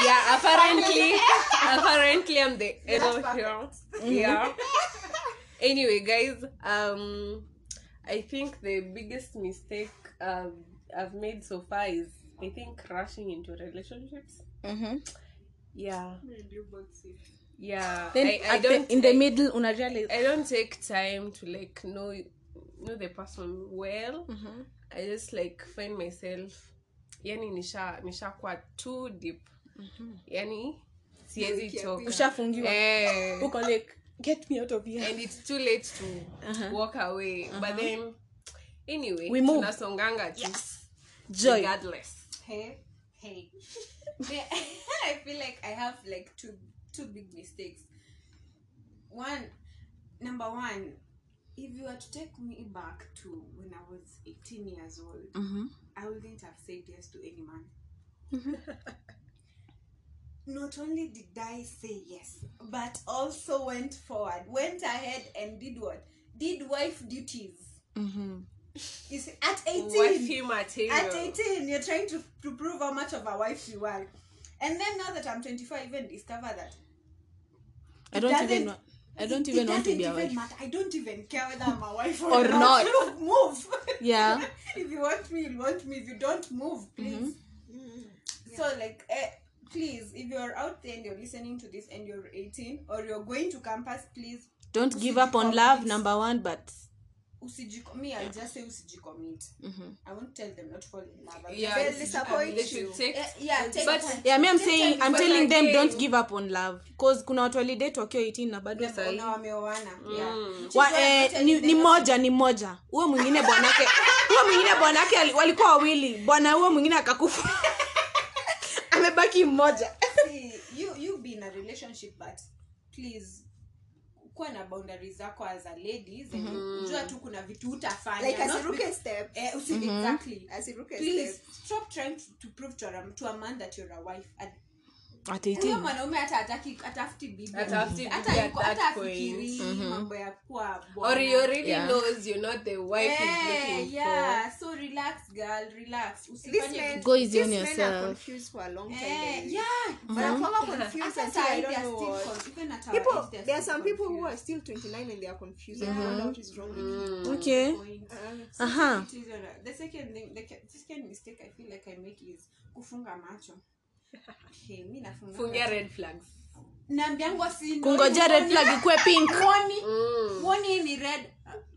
S2: yeah apparently apparently i'm the angel
S1: Mm-hmm.
S2: here yeah anyway guys um i think the biggest mistake um, i've made so far is i think rushing into relationships
S1: mm-hmm.
S2: yeah yeah
S1: then
S2: I, I
S1: at the-
S2: don't
S1: in the middle una realize
S2: I don't take time to like
S1: Mm-hmm.
S2: know know the person well. I just like find myself yani nisha nishakuwa too deep
S1: Mm-hmm.
S2: yani siwezi
S3: Umefikia
S2: choka
S1: ushafungiwa
S2: Eh,
S1: uko like get me out of here
S2: and it's too late to walk away but then anyway
S1: Uh-huh. We move.
S2: tunasonganga tu
S1: joy
S2: regardless
S4: Hey, hey.
S3: Yeah, I feel like I have like two two big mistakes.
S4: One, number one, if you were to take me back to when I was 18 years old, I wouldn't have said yes to any man. Not only did I say yes, but also went forward, went ahead and did what? Did wife duties. You see, at 18.
S2: wifey material
S4: At 18, you're trying to, to prove how much of a wife you are. And then now that I'm 25, I even discover that.
S1: i don't even
S4: doesn't-
S1: wa- i don't
S4: it
S1: even want to
S4: doesn't
S1: be a
S4: even
S1: wife
S4: matter. I don't even care whether I'm a wife or,
S1: Or
S4: not.
S1: not.
S4: move.
S1: yeah Mm-hmm.
S4: if you want me, you want me. If you don't move, please.
S2: Mm-hmm.
S4: So like, eh, please, if you're out there and you're listening to this and you're 18 or you're going to campus, please
S1: don't give up on love number one but
S4: usijiko me. I'll just say usijicommit.
S1: Mm-hmm.
S4: I won't tell them not to fall in love. I'll
S2: yeah
S4: just say,
S3: They'll disappoint
S2: they should
S3: you.
S2: take
S4: eh, yeah, take
S2: But-
S4: time.
S1: yeah me i'm
S4: Take
S1: saying
S4: time
S1: i'm
S4: to-
S1: telling them
S2: again-
S1: don't give up on love cause kuna watu walidate wakiwa 18 na bado
S4: Na-
S1: sahi
S4: na wameoana yeah. Which is
S1: wa,
S4: why I'm not
S1: eh,
S4: telling
S1: ni,
S4: them
S1: ni
S4: not to
S1: moja ni moja huyo mwingine bwanake huyo mwingine bwanake ali- walikuwa wawili bwana huyo mwingine akakufa amebaki mmoja
S4: See, you you be in a relationship but please kuwa na boundaries zako as a lady zenye jua tu kuna vitu utafanya
S3: Like
S4: Not
S3: asiruke
S4: be-
S3: step.
S4: eh, usi, exactly
S3: Asiruke
S4: please
S3: step.
S4: stop trying to, to prove to a, to a man that you're a wife And
S1: at
S4: huyo
S1: 18
S4: mwanaume hata ataki atafuti bibi
S2: Hatafuti bibi
S4: hata yuko-
S2: at
S4: hata
S2: that point.
S4: afikiri mambo ya kuwa
S2: or
S4: bwana.
S2: you really
S1: Yeah.
S2: knows you're not the wife
S4: Eh,
S2: he's looking for
S4: yeah so relax girl relax
S3: These
S4: usifanye
S3: men,
S4: vitu-
S1: Go easy
S3: these
S1: on
S3: men
S1: yourself. Mm-hmm.
S3: are confused for a long time.
S4: eh,
S3: They-
S4: yeah
S3: Wanakuwa confused
S4: Hata
S3: until I
S4: sahi they
S3: don't
S4: are
S3: know
S4: still
S3: what.
S4: con- even at our
S3: people
S4: age, they are
S3: there are
S4: still
S3: some people who
S2: Eh?
S4: confused. Mm-hmm.
S3: are still 29 and they are confused and
S1: Mm-hmm.
S3: wonder what is wrong with you
S1: okay
S4: Point.
S3: uh,
S1: aha
S4: It is all right. The second thing, the ca- second mistake I feel like I make is kufunga macho. Okay, mi nafunga
S2: fungia
S4: macho.
S2: red flags
S4: Naambiangwa si ndio,
S1: kungojea red
S4: uone-
S1: flag ikuwe pink
S4: Uone-
S2: Mm.
S4: uone ni red.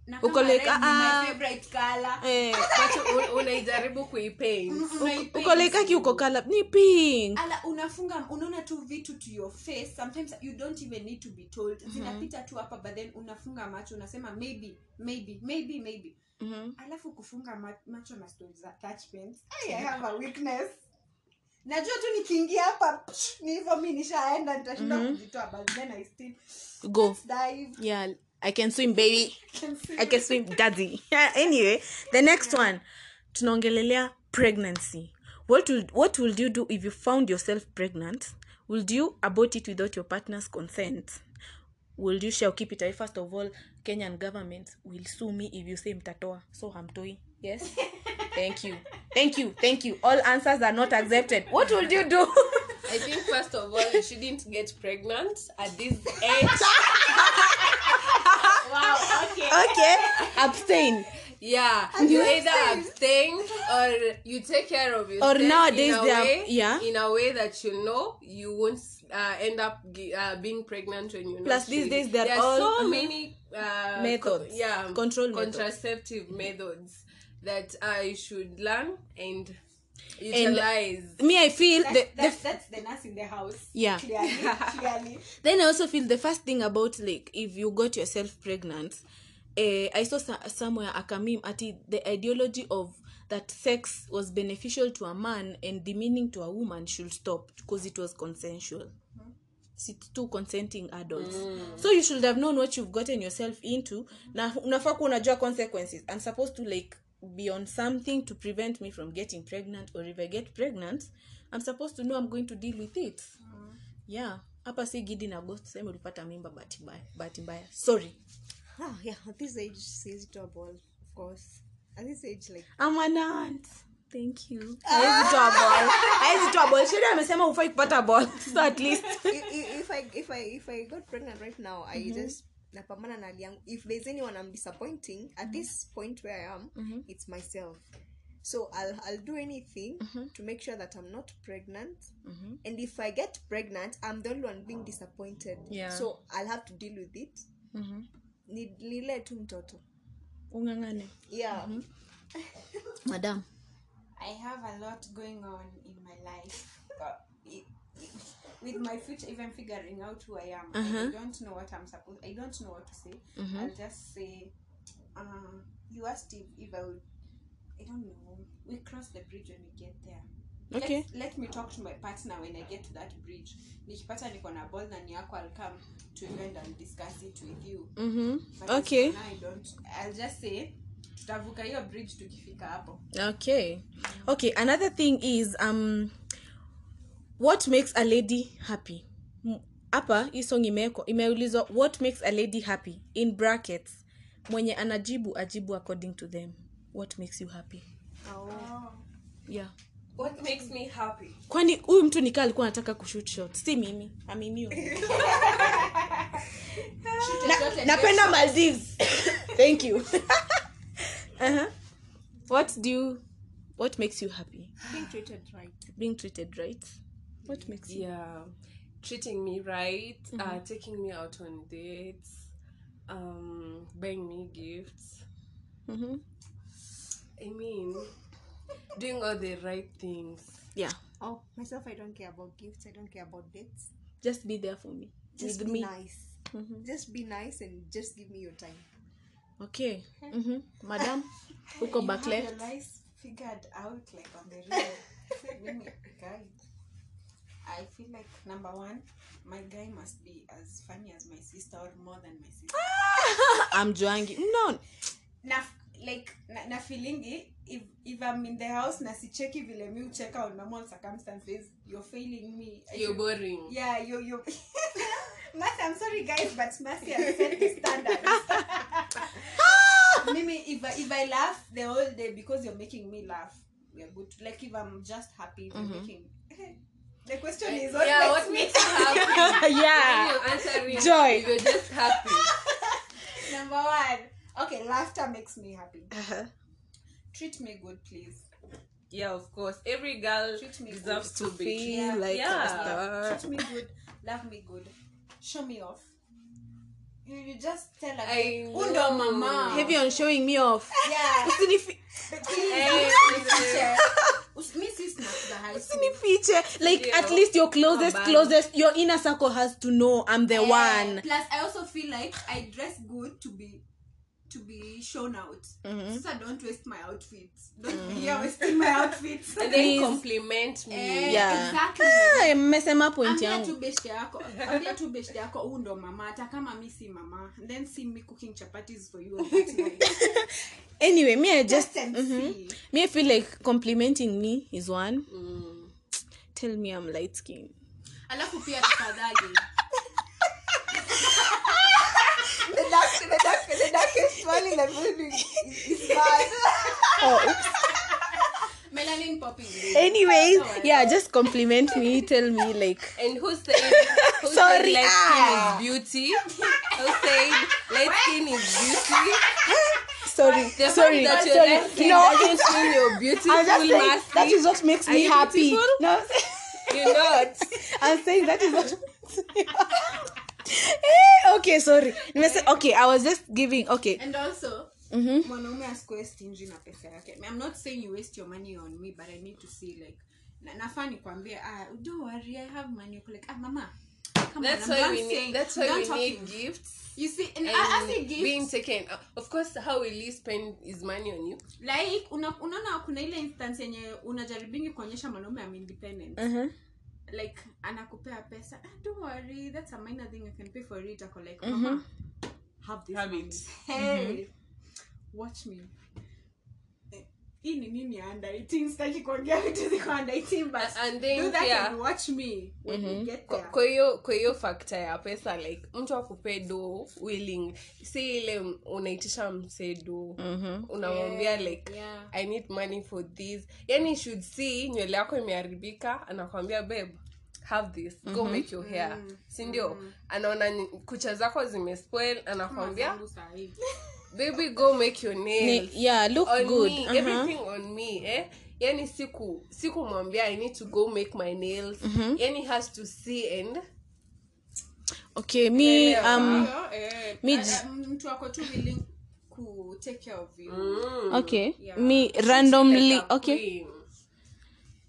S4: Na
S1: Uko
S4: kama
S1: like,
S4: red ni my
S1: ah, ah.
S4: favorite colour.
S1: eh,
S2: but u- unaijaribu kuipaint
S4: Unaipenda
S1: uko like aki uko kala ni pink
S4: ala unafunga unaona tu vitu to your face sometimes you don't even need to be told
S1: Mhm.
S4: zinapita tu hapa but then unafunga macho unasema maybe maybe maybe maybe
S1: Mhm.
S4: alafu kufunga ma- macho na stories za attachments I, I have a weakness najua tu nikiingia hapa psh, ni hivyo mi nishaenda nitashinda
S1: Mhm.
S4: kujitoa but then I still
S1: go
S4: dive
S1: yeah i can swim baby
S4: can see
S1: i can swim daddy anyway the next one tunaongelelea pregnancy what will, what will you do if you found yourself pregnant would you abort it without your partner's consent will you shall keep it away first of all kenyan government will sue me if you say mtatoa so hamtoi yes thank you thank you thank you all answers are not accepted what would you do
S2: I think first of all you shouldn't get pregnant at this age.
S1: okay abstain
S2: Yeah, you either abstain or you take care of yourself.
S1: nowadays
S2: in a
S1: they are-
S2: way,
S1: yeah.
S2: in a way that you know you won't uh, end up gi- uh, being pregnant when you.
S1: Plus, these days they are
S2: there
S1: all-
S2: so
S1: uh-huh.
S2: many uh,
S1: Methods.
S2: yeah,
S1: Control methods.
S2: contraceptive methods that I should learn and
S1: And-
S2: utilize.
S1: me i feel
S4: That's,
S1: the, the
S4: that's, that's the nurse in the house
S1: Yeah.
S4: clearly clearly
S1: then i also feel the first thing about like if you got yourself pregnant uh, i saw so- somewhere a meme ati the ideology of that sex was beneficial to a man and demeaning to a woman should stop because it was consensual it's two consenting adults so you should have known what you've gotten yourself into na unafaa kuwa unajua consequences i'm supposed to like be on something to prevent me from getting pregnant or if i get pregnant i'm supposed to know i'm going to deal with it yeah hapa si gidi na ghost sema ulipata mimba bahati mbaya- bahati mbaya sorry
S3: ah, yeah at this age says it all of course at this age like
S1: I'm an aunt. thank you haezi toa ball haezi toa ball shida amesema hufai kupata ball so at least
S3: if, if i if i if i got pregnant right now i just napambana na hali yangu if there's anyone i'm disappointing at this point where i am it's myself so i'll i'll do anything to make sure that i'm not pregnant and if i get pregnant i'm the only one being disappointed
S1: Yeah.
S3: so i'll have to deal with it Ni- nilee tu mtoto
S1: ung'ang'ane
S3: yeah
S1: madam
S4: I have a lot going on in my life. But it, it, with my future, even figuring out who I am, and
S1: Uh-huh.
S4: I don't know what I'm supposed. I don't know what to say.
S1: Mm-hmm.
S4: I'll just say, uh, "You asked if, if I would." I don't know. We cross the bridge when we get there.
S1: Okay.
S4: Let, let me talk to my partner when I get to that bridge. Nikipata niko na ball na ni yako, I'll come to you and I'll discuss it with you.
S1: mm-hmm.
S4: But as
S1: okay
S4: for now, I don't. I'll just say tutavuka hiyo bridge tukifika hapo.
S1: okay okay another thing is um what makes a lady happy M- hapa hii song imewekwa imeulizwa what makes a lady happy in brackets mwenye anajibu ajibu according to them what makes you happy yeah
S2: What makes me happy?
S1: kwani huyu mtu nikaa alikuwa anataka kushoot shot si mimi amimiwe napenda maldives thank you uh-huh. what do you what makes you happy
S2: Being treated right.
S1: being treated right what makes you
S2: Yeah. Treating me right,
S1: Mm-hmm.
S2: uh, taking me out on dates, um, buying me gifts.
S1: mm-hmm.
S2: I mean, doing all the right things.
S1: yeah
S3: Oh, myself, I don't care about gifts. I don't care about dates.
S1: just be there for me
S3: Just
S1: with
S3: be
S1: me
S3: nice. Just be nice and just give me your time.
S1: okay mm-hmm. madam uko
S4: You
S1: back
S4: have
S1: left
S4: your life figured out like on the real. Mimi, guy. I feel like number one, my guy must be as funny as my sister or more than my sister.
S1: amjuangi mnaona
S4: na like na, na feelingi if, if i'm in the house na sicheki vile mi ucheka on normal circumstances you're failing me I
S2: You're
S4: should-
S2: boring.
S4: yeah you you Mercy, I'm sorry guys, but Mercy has set the standards. Mimi, if I, if I laugh the whole day because you're making me laugh, we're good. Like if I'm just happy, you're making. the question is what
S2: yeah,
S4: makes
S2: what
S4: me
S2: makes you happy?
S1: yeah
S2: You're answering.
S1: Joy.
S2: You're just happy.
S4: number one? Okay, laughter makes me happy.
S1: uh-huh.
S4: Treat me good, please.
S2: Yeah, of course. Every girl
S4: Treat me
S2: deserves to be.
S1: feel like
S2: Yeah.
S1: a star
S4: treat me good, love me good, show me off. You, you just tell a
S2: I
S4: girl, undo mama.
S1: heavy on showing me off
S4: Yeah.
S1: Usinifi-
S2: Eh,
S4: Teacher. Us- mi si snuff the high school.
S1: usinifiche like
S2: Ndio.
S1: at least your closest
S2: Mabaya.
S1: closest your inner circle has to know i'm the
S4: Eh,
S1: one
S4: Plus, I also feel like I dress good to be to be shown out.
S1: Mm-hmm.
S4: So don't waste my outfit. Don't be here wasting my outfit.
S2: and then
S1: Please.
S2: compliment me.
S4: Eh,
S1: Yeah.
S4: Exactly.
S1: Ah, mmesema point
S4: Ambia
S1: yangu
S4: tu beshte yako ambia tu beshte yako huu ndo mama hata kama mi si mama And then see me cooking chapatis for you on that night.
S1: anyway me i just mm-hmm.
S4: Just and see.
S1: me I feel like complimenting me is one
S2: Mm.
S1: tell me i'm light skin
S4: alafu pia tafadhali
S3: The dark, the dark, the darkest one in the building is, is bad.
S1: oh oops.
S4: melanin popping
S1: Eh, anyways yeah just compliment me tell me like
S2: And who said who
S1: Sorry,
S2: said light
S1: ah.
S2: skin is beauty? Who said light skin is beauty?
S1: sorry
S2: The
S1: sorry
S2: fact that your
S1: sorry
S2: light skin
S1: no
S2: doesn't mean you're beautiful,
S1: i'm just saying
S2: Mercy.
S1: that is what makes
S2: Are
S1: me
S2: you
S1: happy
S2: beautiful?
S1: no
S2: You're not.
S1: I'm saying that is not. Eh, okay, sorry. Nimese- Okay, I was just giving. Okay.
S4: and also
S1: Mm-hmm.
S4: mwanaume asikuwe stingy na pesa yake i'm not saying you waste your money on me but i need to see like na, nafaa nikwambie ah, don't worry i have money Uko like ah, mama come
S2: That's
S4: on, I'm
S2: why
S4: not
S2: we need.
S4: saying-
S2: That's
S4: I'm
S2: why
S4: not
S2: we need
S4: talking.
S2: gifts.
S4: you see and,
S2: And
S4: I, I say gifts,
S2: being taken. Uh, Of course, how will he spend his money on you?
S4: like una, unaona kuna ile instance yenye unajaribingi kuonyesha mwanaume am independent
S1: Uh-huh.
S4: like anakupea pesa "Ah, don't worry that's a minor thing you can pay for it ako like mama have this
S2: Have
S4: money.
S2: it.
S4: hey watch me Eh, hii ni nini ya under 18 sitaki kuongea vitu ziko under 18 but
S2: A- and then
S4: do that
S2: pia-
S4: and watch me when you get
S2: Kwa-
S4: there
S2: kwa hiyo kwa hiyo fakta ya pesa like mtu akupee do willing si ile m- unaitisha msee do
S1: Mm-hmm.
S2: unamwambia like
S4: yeah.
S2: i need money for this yani you should see nywele yako imeharibika anakwambia babe have this go
S1: Mm-hmm.
S2: make your hair sindio anaona ni- kucha zako zimespoil anakwambia
S4: Zangu saa hii.
S2: baby go make your nails
S1: Ne- Yeah, Mm-hmm. look
S2: on
S1: good.
S2: me
S1: Uh-huh.
S2: everything on me eh yani siku sikumwambia i need to go make my nails
S1: Mm-hmm.
S2: yani has to see and
S1: Okay, me
S2: Yeah.
S1: um
S4: Hiyo, eh,
S1: me
S4: ah,
S1: j-
S4: ah, mtu ako tu willing ku take care of you
S2: mm,
S1: okay
S4: Yeah.
S1: me randomly
S2: like a
S1: okay
S2: queen.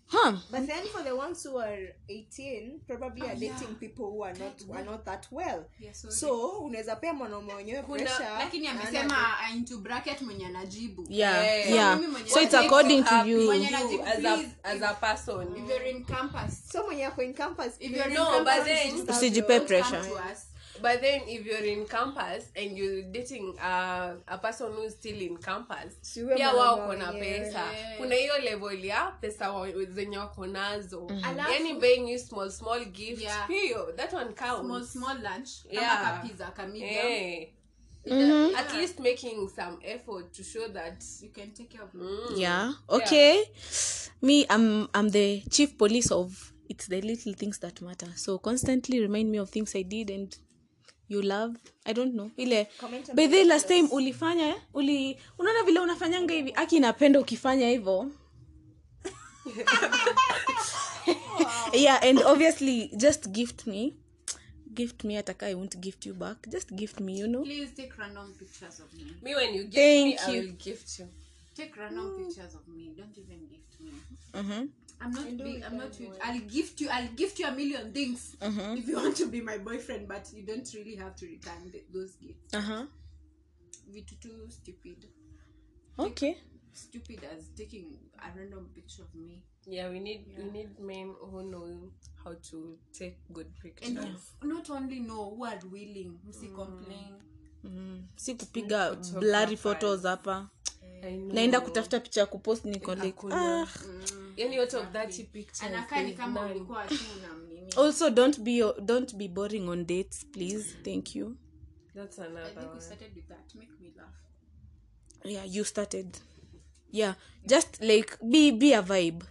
S1: huh
S3: But then for the ones who are 18 probably are dating people who are not who are not that well.
S4: Yeah, sorry.
S3: so unaweza pea mwanaume mwenyewe pressure.
S4: kuna lakini
S3: and
S4: amesema uh, into bracket mwenye anajibu
S1: yeah
S2: Yeah.
S1: yeah
S4: So mimi mwenyewe-
S1: so it's
S4: What
S2: makes
S1: according to
S2: happy
S1: you
S4: Mwenye anajibu,
S2: as a
S4: please,
S2: as a person
S4: if you're in campus
S3: so mwenye ako in campus
S4: if you're in
S2: No,
S4: campus,
S2: but then-
S4: don't
S1: Usijipe
S4: come
S1: pressure.
S4: to us.
S2: But then, if you're in campus and you're dating uh, a person who's still in campus,
S3: Siwe
S2: pia
S3: mwanaume
S2: wao kuna
S3: mwenyewe.
S2: pesa.
S4: Yeah.
S2: Kuna hiyo level ya pesa wa- zenye wako nazo.
S1: Mhm.
S4: Alafu-
S2: Yani buying you small small gifts.
S4: Yeah.
S2: Pio, that one counts.
S4: small small lunch
S2: Yeah.
S4: kama kapizza kamedium
S2: Eh.
S1: Mhm.
S2: At least making some effort to show that.
S4: you can take care of
S2: Mm.
S1: yeah okay me i'm i'm the chief police of it's the little things that matter so constantly remind me of things i did and you love i don't know ile
S3: Comment on
S1: by the way, last time ulifanya eh? uli unaona vile unafanyanga hivi aki napenda ukifanya hivyo yeah and obviously just gift me gift me ataka i won't gift you back just gift me you know
S4: please take random pictures of me
S2: Me, when you give
S1: Thank
S2: me,
S1: you.
S2: I will gift you.
S4: take random pictures of me don't even gift me
S1: mm-hmm.
S4: i'm not big, i'm not with, i'll gift you i'll gift you a million things if you want to be my boyfriend but you don't really have to return th- those gifts
S1: uh-huh.
S4: vitu too stupid
S1: okay
S4: stupid as taking a random picture of me
S2: Yeah, we need we need men who know how to take good pictures.
S4: and who- not only no who are willing msi complain
S1: si kupiga blari photos hapa
S2: I know.
S1: naenda kutafuta picha ya kupost niko like
S2: Hakuna.
S1: ah.
S2: Any out of 30 pictures.
S4: anakaa ni
S2: there's
S4: kama
S2: none.
S4: ulikuwa tu unamnini
S1: also don't be don't be boring on dates please thank you
S2: That's
S4: i
S2: another
S4: think we
S2: one.
S4: started with that make me laugh
S1: yeah you started yeah just like be be a vibe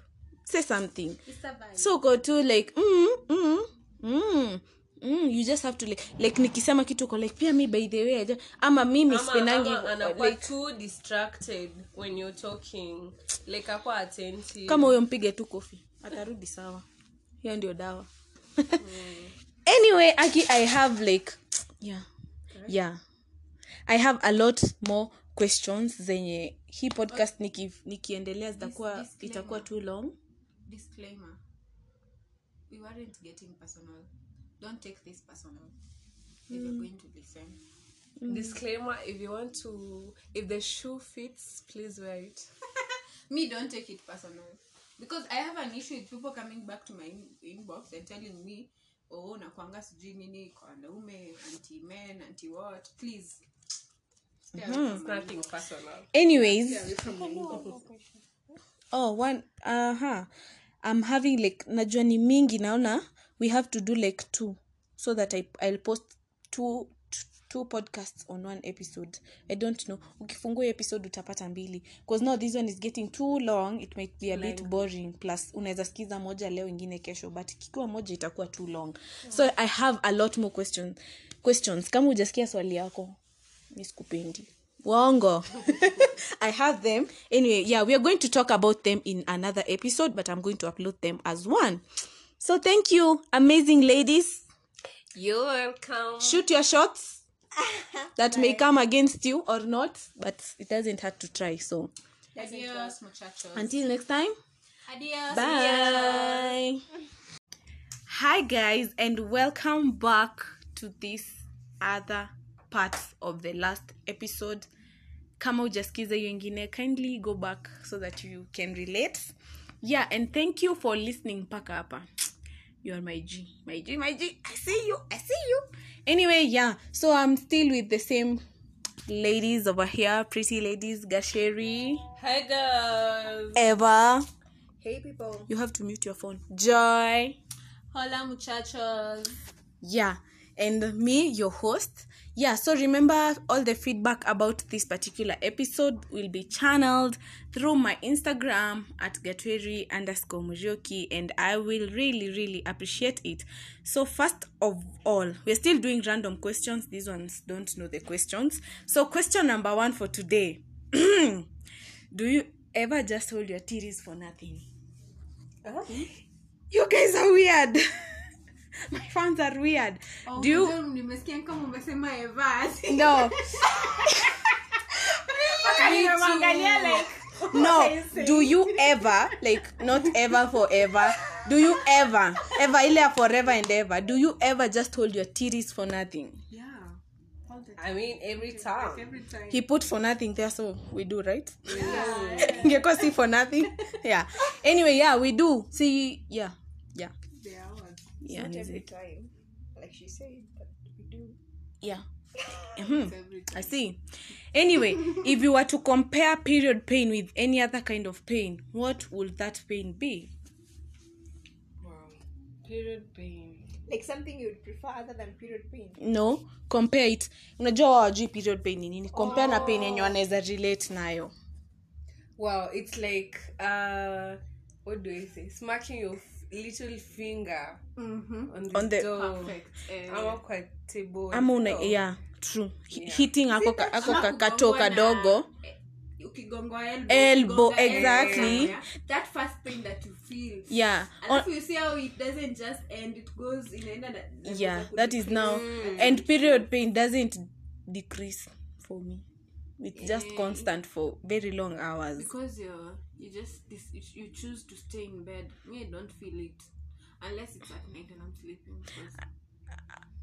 S1: say something
S4: it's a vibe
S1: so go to like mm, mm, mm. Mm, you just have to like, like nikisema kitu ko like pia mi by the way I just, ama mimi
S2: Ama-
S1: sipendangi
S2: ama anakuwa
S1: like,
S2: too distracted when you're talking like akuwa attentive
S1: kama huyo mpige tu kofi atarudi sawa Mm. hiyo ndio dawa anyway aki i have like yeah yeah i have a lot more questions zenye hii podcast niki, nikiendelea zitakuwa
S4: disclaimer.
S1: itakuwa too long
S4: disclaimer we weren't getting personal don't take this personal if you're going to listen
S2: Mm. disclaimer if you want to if the shoe fits please wear it
S4: me don't take it personal because i have an issue with people coming back to my in- inbox and telling me oh nakwanga sijui nini kwa wanaume anti men anti what please Stay away
S2: it's
S4: from my
S2: nothing personal
S1: anyways
S4: inbox.
S1: oh one aha i'm having like najua ni mingi naona we have to do like two so that I, i'll post two two podcasts on one episode i don't know ukifungua hii episode utapata mbili because now this one is getting too long it might be a bit boring plus unaweza sikiza moja leo ingine kesho but ikiwa moja itakuwa too long so i have a lot more question, questions kama hujasikia swali yako miskupendi waongo i have them anyway yeah we are going to talk about them in another episode but i'm going to upload them as one so thank you amazing ladies
S2: you're welcome
S1: shoot your shots that may come against you or not but it doesn't hurt to try so
S4: adios muchachos
S1: until next time
S4: adios
S1: bye hi guys and welcome back to this other part of the last episode kama ujaskiza hiyo ingine kindly go back so that you can relate yeah and thank you for listening mpaka hapa you are my g my g my g i see you i see you anyway yeah so i'm still with the same ladies over here pretty ladies gasheri
S2: hi girls
S1: eva
S3: Hey people.
S1: you have to mute your phone joy
S4: hola muchachos
S1: yeah and me your host yeah so remember all the feedback about this particular episode will be channeled through my instagram at gatweri underscore murioki and i will really really appreciate it so first of all we're still doing random questions these ones don't know the questions so question number one for today do you ever just hold your titties for nothing you guys are weird my fans are weird
S4: Oh,
S1: do you
S4: John, nimesikia kama umesema evas
S1: no
S4: nimemwangalia like
S1: no do you ever like not ever forever do you ever ever ile ya forever and ever do you ever just hold your titties for nothing
S4: Yeah. All the
S2: I mean, every time.
S4: Every time.
S1: he put for nothing there so we do right ingekuwa si for nothing yeah anyway yeah we do see yeah yeah
S4: Yeah, was-
S1: yeah,
S3: Not
S1: nizi-
S3: every time, like she said, but we do.
S1: yeah. Mhm. i see anyway if you were to compare period pain with any other kind of pain what would that pain be
S2: Wow. Period pain.
S3: Like something you'd prefer other than period pain.
S1: no compare it unajua wao wajui period pain ni nini compare na pain yenye wanaweza relate nayo
S2: Wow, it's like uh, what do I say? Smacking your f- little finger on the
S1: Mm-hmm. On the-
S2: stove.
S4: Eh,
S2: ama kwa table.
S1: ama una
S2: No.
S1: yeah true Hi-
S2: Yeah.
S1: hitting ako ka- ako kakato kadogo
S4: eh, ukigongwa
S1: Elbow,
S4: ukigonga elbow
S1: exactly.
S4: somewhere, that first pain that you feel
S1: yeah On-
S4: alafu you see how it doesn't just end it goes inaenda na- na- Mm.
S1: yeah
S4: kudu-
S1: that is now and period pain doesn't decrease for me it's just constant for very long hours
S4: because you're, you just this, you you choose to stay in bed me i don't feel it unless it's at night and i'm sleeping because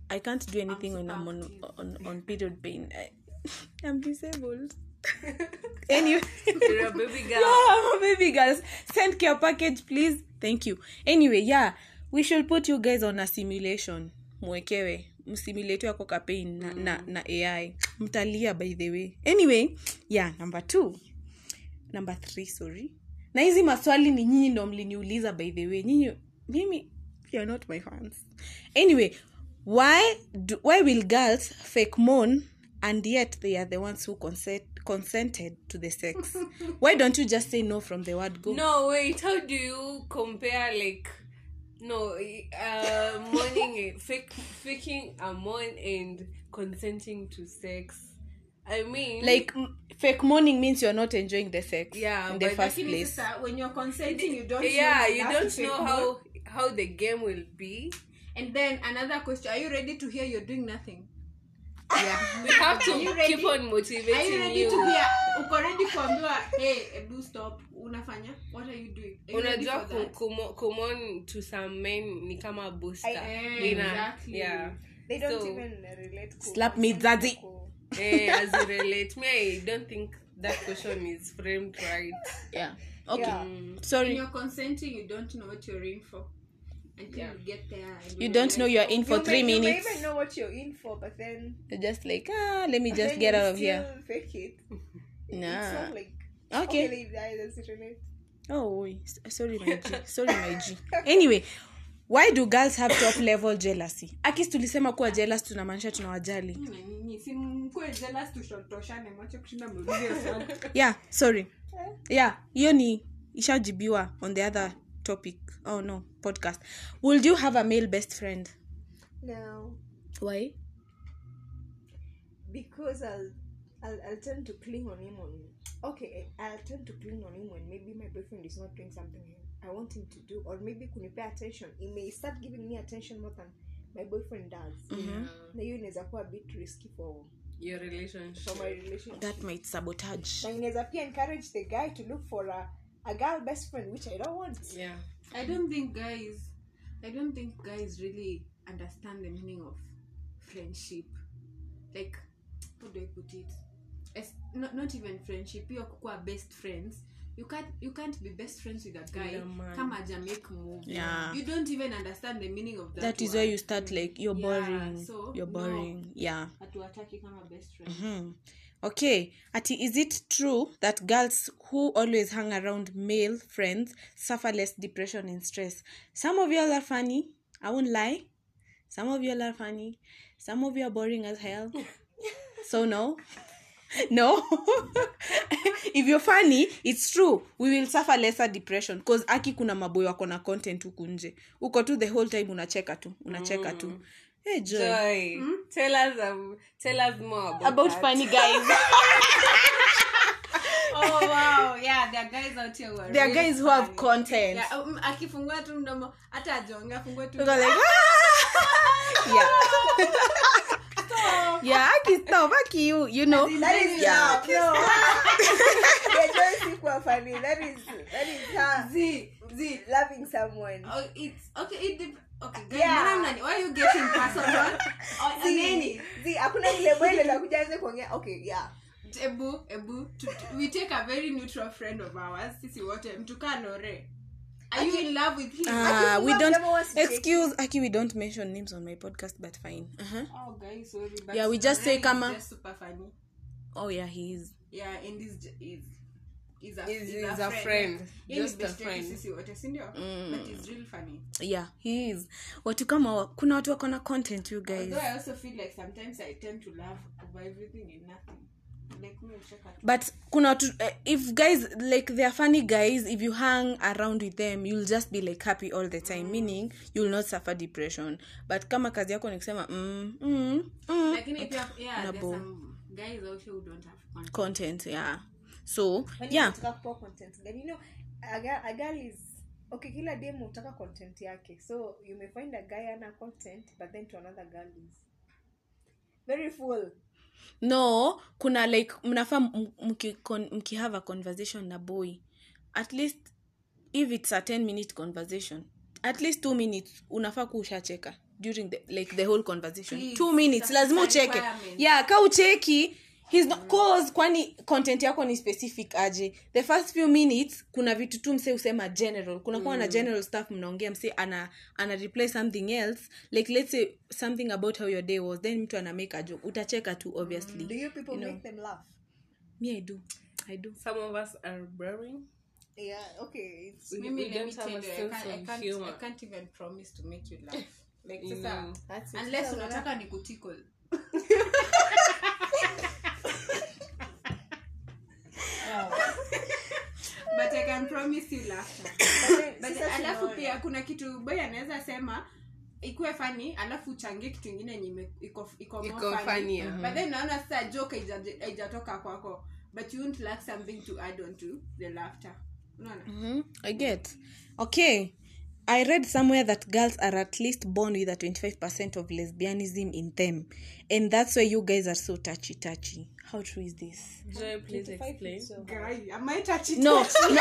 S1: i can't do anything when i'm on,
S4: active.
S1: on on period pain I, i'm disabled anyway
S2: You're a baby girl.
S1: Oh, baby girls send care package please thank you anyway yeah we shall put you guys on a simulation mwekewe msimulate yako ka pain na,
S2: Mm.
S1: na, na ai mtalia by the way anyway yeah number two number three sorry na hizi maswali ni nyinyi ndo mliniuliza by the way nyinyi mimi you're not my fans anyway why do, why will girls fake moan and yet they are the ones who consent, consented to the sex why don't you just say no from the word go
S2: No, wait, how do you compare like no uh morning fake faking a moan and consenting to sex? I mean
S1: like
S3: mm,
S1: m- fake moaning means you're not enjoying the sex
S2: Yeah,
S1: in the
S2: but
S1: first
S4: Lakini
S1: place
S4: sasa, when you're consenting you don't
S2: yeah,
S4: know
S2: you
S4: enough
S2: don't
S4: to
S2: know
S4: take
S2: how
S4: note.
S2: how the game will be.
S4: and then another question are you ready to hear you're doing nothing
S2: Yeah. we have to
S4: you
S2: keep
S4: ready?
S2: on
S4: are you
S2: motivating
S4: ready to
S2: you.
S4: hear uko ready kuambiwa hey ebu stop unafanya what are you doing are you ready
S2: unajua
S4: for
S2: ku-
S4: that
S2: kumo- kumon to some men ni kama booster
S3: I-
S4: Eh,
S2: Ina-
S4: exactly.
S2: yeah
S3: They don't
S2: So-
S3: even relate. to
S1: Slap me,
S3: consent
S1: daddy.
S3: to-
S2: Eh, as you relate me i don't think that question is framed right
S1: yeah okay
S3: Yeah. Mm.
S4: when
S1: sorry
S4: you're consenting you don't know what you're in for until
S2: Yeah.
S4: you get there and
S1: you don't know you're in for
S3: you
S1: three
S3: may, You
S1: minutes
S3: may even know what you're in for, but then
S1: you're just like ah let me
S3: but
S1: just
S3: then
S1: get
S3: you
S1: out of
S3: still
S1: here
S3: Fake it. It's
S1: nah
S3: not like
S1: okay
S3: like, that doesn't relate.
S1: Oh, oi. S- sorry my G. Sorry my G. Anyway, why do girls have top level jealousy? Akis tulisema kuwa jealous tunamaanisha tunawajali. Yeah, sorry. Yeah, hiyo ni ishajibiwa on the other topic. Oh no, podcast. Would you have a male best friend?
S3: No,
S1: Why?
S3: because I'll, I'll I'll tend to cling on him on. Okay, I'll tend to cling on him when maybe my boyfriend is not doing something I want him to do, or maybe kunipea attention. He may start giving me attention more than my boyfriend does.
S1: Mm-hmm.
S3: Na hiyo inaweza kuwa a bit risky for
S2: your relationship
S3: for my relationship.
S1: That might sabotage.
S3: Na inaweza pia encourage the guy to look for a a girl best friend, which I don't want.
S2: yeah
S4: I don't think guys I don't think guys really understand the meaning of friendship. Like how do I put it? It's not, not even friendship. You are best friends. You can't you can't be best friends with a guy.
S2: a man.
S4: Come a Jamaican move.
S1: Yeah.
S4: You don't even understand the meaning of that.
S1: That is
S4: word.
S1: why you start like you're
S4: Yeah,
S1: boring.
S4: so,
S1: you're
S4: no.
S1: boring. Yeah.
S4: hatuwataki kama best friend.
S1: Mhm. okay ati is it true that girls who always hang around male friends suffer less depression and stress some of y'all are funny i won't lie some of y'all are funny some of you are boring as hell so no no if you're funny it's true we will suffer lesser depression cause aki kuna maboy wako na content huku nje uko tu the whole time unacheka tu unacheka tu hey, Mm. Joy
S2: joy
S4: hmm?
S2: tell us um, tell us more about,
S1: about
S2: that.
S1: funny guys
S4: oh wow yeah there are guys out here who are
S1: there are
S4: really
S1: guys who have
S4: funny.
S1: content
S4: Yeah, um, akifungua tu mdomo
S1: "Ah".
S4: hata ajonge afungue tu
S1: We go like, "Ah!" yeah yeah akistav aki you you know
S3: That is
S1: yeah
S3: love. No. You're just equal funny. That is that is
S4: Ah,
S3: her
S4: Z, Z.
S3: loving someone.
S4: Oh, it's okay. It dep- okay. guys,
S3: Yeah.
S4: mbona mnani- Why are you getting personal? Oh,
S3: Zee,
S4: nini?
S3: Zee, hakuna ile bwele la kujaanza kuongea okay yeah
S4: Ebu, ebu. tu- tu- We take a very neutral friend of ours. Sisi wote mtukaa Lore. Are you in love with him?
S1: Ah, we
S3: Aki,
S1: don't
S3: never wants to take-
S1: excuse aki we don't mention names on my podcast but fine uh-huh.
S4: Oh, guys, sorry. But
S1: Yeah, we just say
S4: Lore is
S1: kama-
S4: Just super funny.
S1: oh yeah he is
S4: Yeah, and is is is a
S2: Is-
S4: is
S2: is
S4: a
S2: a
S4: friend.
S2: friend.
S4: Yeye ni
S2: Just a
S4: best yetu
S2: friend.
S4: Sisi wote, si ndio? But it's really funny.
S1: yeah he is watu kama wa- kuna watu wakona content you guys
S4: Though I also feel like sometimes I tend to love over everything and nothing. Like me, check out.
S1: but kuna watu eh, if guys like they're funny guys if you hang around with them you'll just be like happy all the time meaning you'll not suffer depression but kama kazi yako ni kusema mm, mm, mm,
S4: Lakini pia yeah, there's
S1: Nabo.
S4: some guys also who don't have contact.
S1: content yeah so
S3: When
S1: yeah
S3: unataka kupewa content then you know a girl, a girl is okay kila dem hutaka content yake so you may find a guy ana content but then to another girl is very full
S1: no kuna like mnafaa m- mki- con- mkihave a conversation na boy at least if it's a 10 minute conversation at least two minutes unafaa ku ushacheka during the, like the whole conversation
S4: Please,
S1: two minutes
S4: that's
S1: lazima
S4: a
S1: ucheke
S4: requirement.
S1: yeah ka ucheki He's not, cause kwani content yako ni specific aje the first few minutes kuna vitu tu mse usema general kunakuwa mm. na general stuff mnaongea mse ana ana reply something else like let's say something about how your day was then mtu ana make a joke utacheka tu obviously
S3: do you people
S1: You know.
S3: make them laugh
S1: me i do i do
S2: Some of us are boring.
S3: yeah okay it's,
S2: We-
S4: Mimi,
S2: we
S4: let me
S2: don't have
S4: tell you,
S2: a
S4: I can't,
S2: sense
S4: I
S2: of
S4: can't, I
S2: humor.
S4: can't even promise to make you laugh. Like
S2: You
S4: sasa,
S2: know.
S3: that's it.
S4: unless
S3: Sasa
S4: unataka ni kutikol. but I can promise you laughter.
S3: una-
S4: But
S3: sasa
S4: alafu
S3: tunaona.
S4: pia kuna kitu boy anaweza sema ikuwe fani alafu uchangie kitu ingine yenye ime- iko iko more
S2: Iko
S4: funny.
S2: funnier.
S4: but then naona sasa joke haija- haijatoka kwako but you won't lack something to add on to the laughter unaona
S1: Mhm, I get. Okay. I read somewhere that girls are at least born with a 25% of lesbianism in them. And that's why you guys are so touchy touchy. How true is this?
S2: Joy, please explain.
S4: Guy, am I touching
S1: No. no.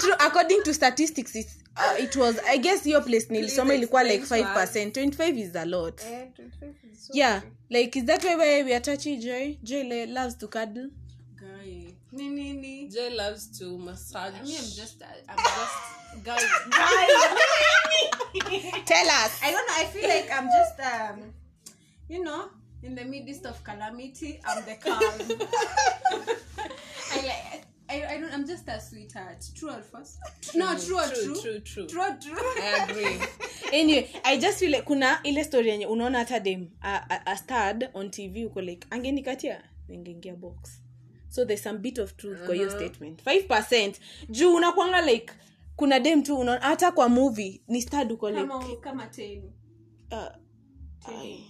S1: true according to statistics it's, uh, it was I guess your place nilisoma ilikuwa like 5%. 25 is a lot.
S3: Eh, 25 is so-
S1: Yeah. Like is that why why we are touchy Joy? Joy le- loves to cuddle.
S4: Guy. ni ni ni
S2: Joy loves to massage.
S4: me I'm just uh, I'm just guy
S1: Tell us.
S4: I don't know. I feel like I'm just, um, you know, in the midst of calamity, I'm the calm. I like. I, I don't. I'm just a sweetheart. True or false? no, true or true.
S2: true, true, true.
S4: True or true.
S2: I agree.
S1: anyway i just feel like kuna ile story yenye unaona hata dem a, a, a stad on tv uko like angenikatia ningeingia box so there's some bit of truth kwa hiyo
S3: Uh-huh.
S1: statement 5 juu unakwanga like kuna dem tu unaona hata kwa movie ni stad uko like
S4: kama kama teni.
S1: uh, ai-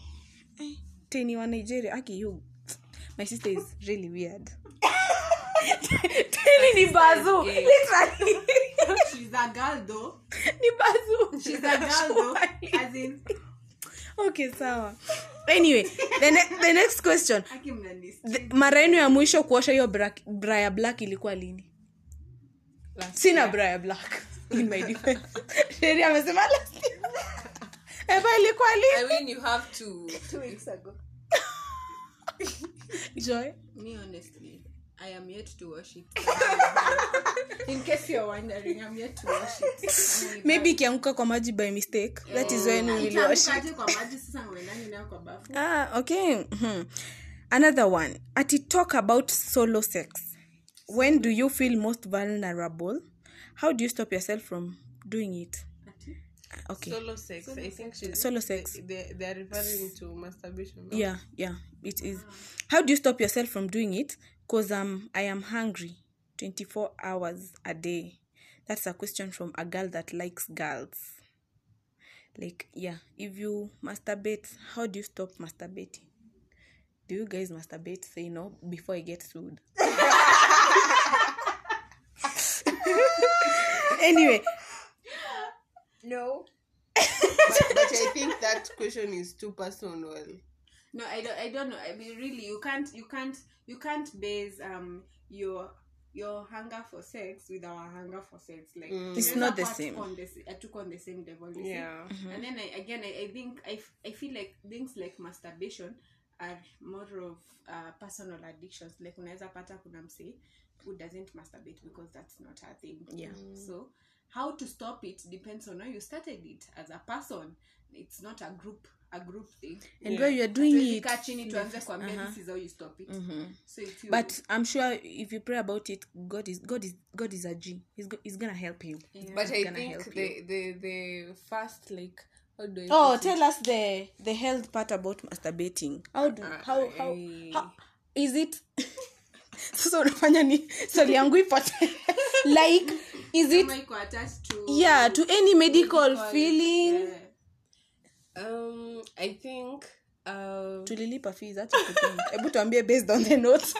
S1: ai, teni wa nigeria aki you my sister is really weird teni ni bazu
S2: gay.
S1: literally
S4: She's a girl though.
S1: ni bazu
S4: She's a girl though. As in,
S1: okay sawa anyway the, ne- the next question
S4: haki mnanis.
S1: The- mara yenu ya mwisho kuosha hiyo bra- braya black ilikuwa lini
S2: Last
S1: sina braya black in my defense Sherry amesema last year. Eva ilikuwa
S2: I
S1: lini
S2: mean, you have to.
S3: two weeks ago
S1: joy
S4: Me honestly, I am yet to wash it. in case you're wondering, I'm yet to wash it.
S1: maybe ikianguka kwa maji by mistake that is when we will wash it.
S4: Itaangukaje kwa maji sasa uendani nayo kwa bafu?
S1: ah okay Mhm. another one ati talk about solo sex when do you feel most vulnerable how do you stop yourself from doing it Ah, okay
S2: Solo sex. I think she's.
S1: Solo sex.
S2: They, they are referring to masturbation. no?
S1: yeah yeah it is how do you stop yourself from doing it because um i am hungry 24 hours a day that's a question from a girl that likes girls like yeah if you masturbate how do you stop masturbating do you guys masturbate say no before i get sued anyway
S3: no
S2: but, but I think that question is too personal.
S4: no i don't i don't know i mean really you can't you can't you can't base um your your hunger for sex with our hunger for sex like
S1: Mm. It's
S4: tunaweza
S1: not the
S4: kuwa
S1: same. Mm-hmm.
S4: tuko on the s- uh, tuko on the same level you see?
S2: Yeah.
S4: and then I, again I, I think I, f- I feel like things like masturbation are more of uh, personal addictions like unaweza pata kuna msee who doesn't masturbate because that's not her thing
S1: Yeah.
S4: so how to stop it depends on how you started it as a person it's not a group a group thing
S1: and
S2: Yeah.
S1: where you're doing
S4: Hatuwezi
S1: it
S4: kaa chini tuanze kuambia
S1: Uh-huh.
S4: this is how you stop it
S1: Mhm.
S4: so if you
S1: but i'm sure if you pray about it god is god is god is a g he's, go, he's gonna help you
S4: Yeah.
S2: but I
S1: gonna
S2: think
S1: help
S2: the, the the first like how do I
S1: oh
S2: put it?
S1: tell us the the health part about masturbating how do
S2: Ah,
S1: how how,
S2: eh.
S1: how is it sasa unafanya ni swali yangu ipote like is it
S4: kama iko attached to
S1: yeah to any medical
S4: medical,
S1: feeling
S4: eh,
S2: um I think um
S1: tulilipa fees acha kupinga. hebu tuambie based on the notes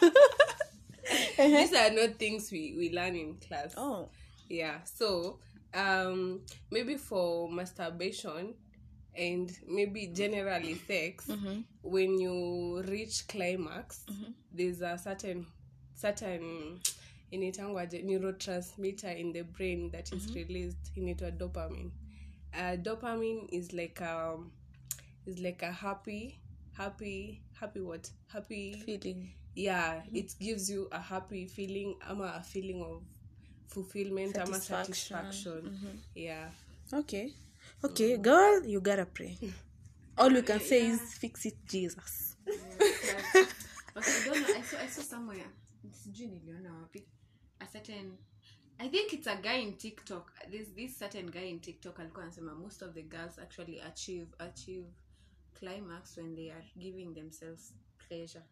S2: these are not things we we learn in class
S1: oh
S2: yeah so um maybe for masturbation and maybe generally sex when you reach climax there's a certain certain inaitangwaje neurotransmitter in the brain that is released inaitwa dopamine uh, dopamine is like a is like a happy happy happy what happy
S1: feeling
S2: yeah
S1: Mm-hmm.
S2: it gives you a happy feeling ama a feeling of fulfillment ama
S1: Satisfaction. Mm-hmm.
S2: satisfaction yeah
S1: okay okay girl you gotta pray all we can say is fix it jesus
S4: but I don't know. I saw, I saw somewhere. Sijui niliona wapi. A certain I think it's a guy in TikTok. This this certain guy in TikTok alikuwa anasema most of the girls actually achieve achieve climax when they are giving themselves pleasure.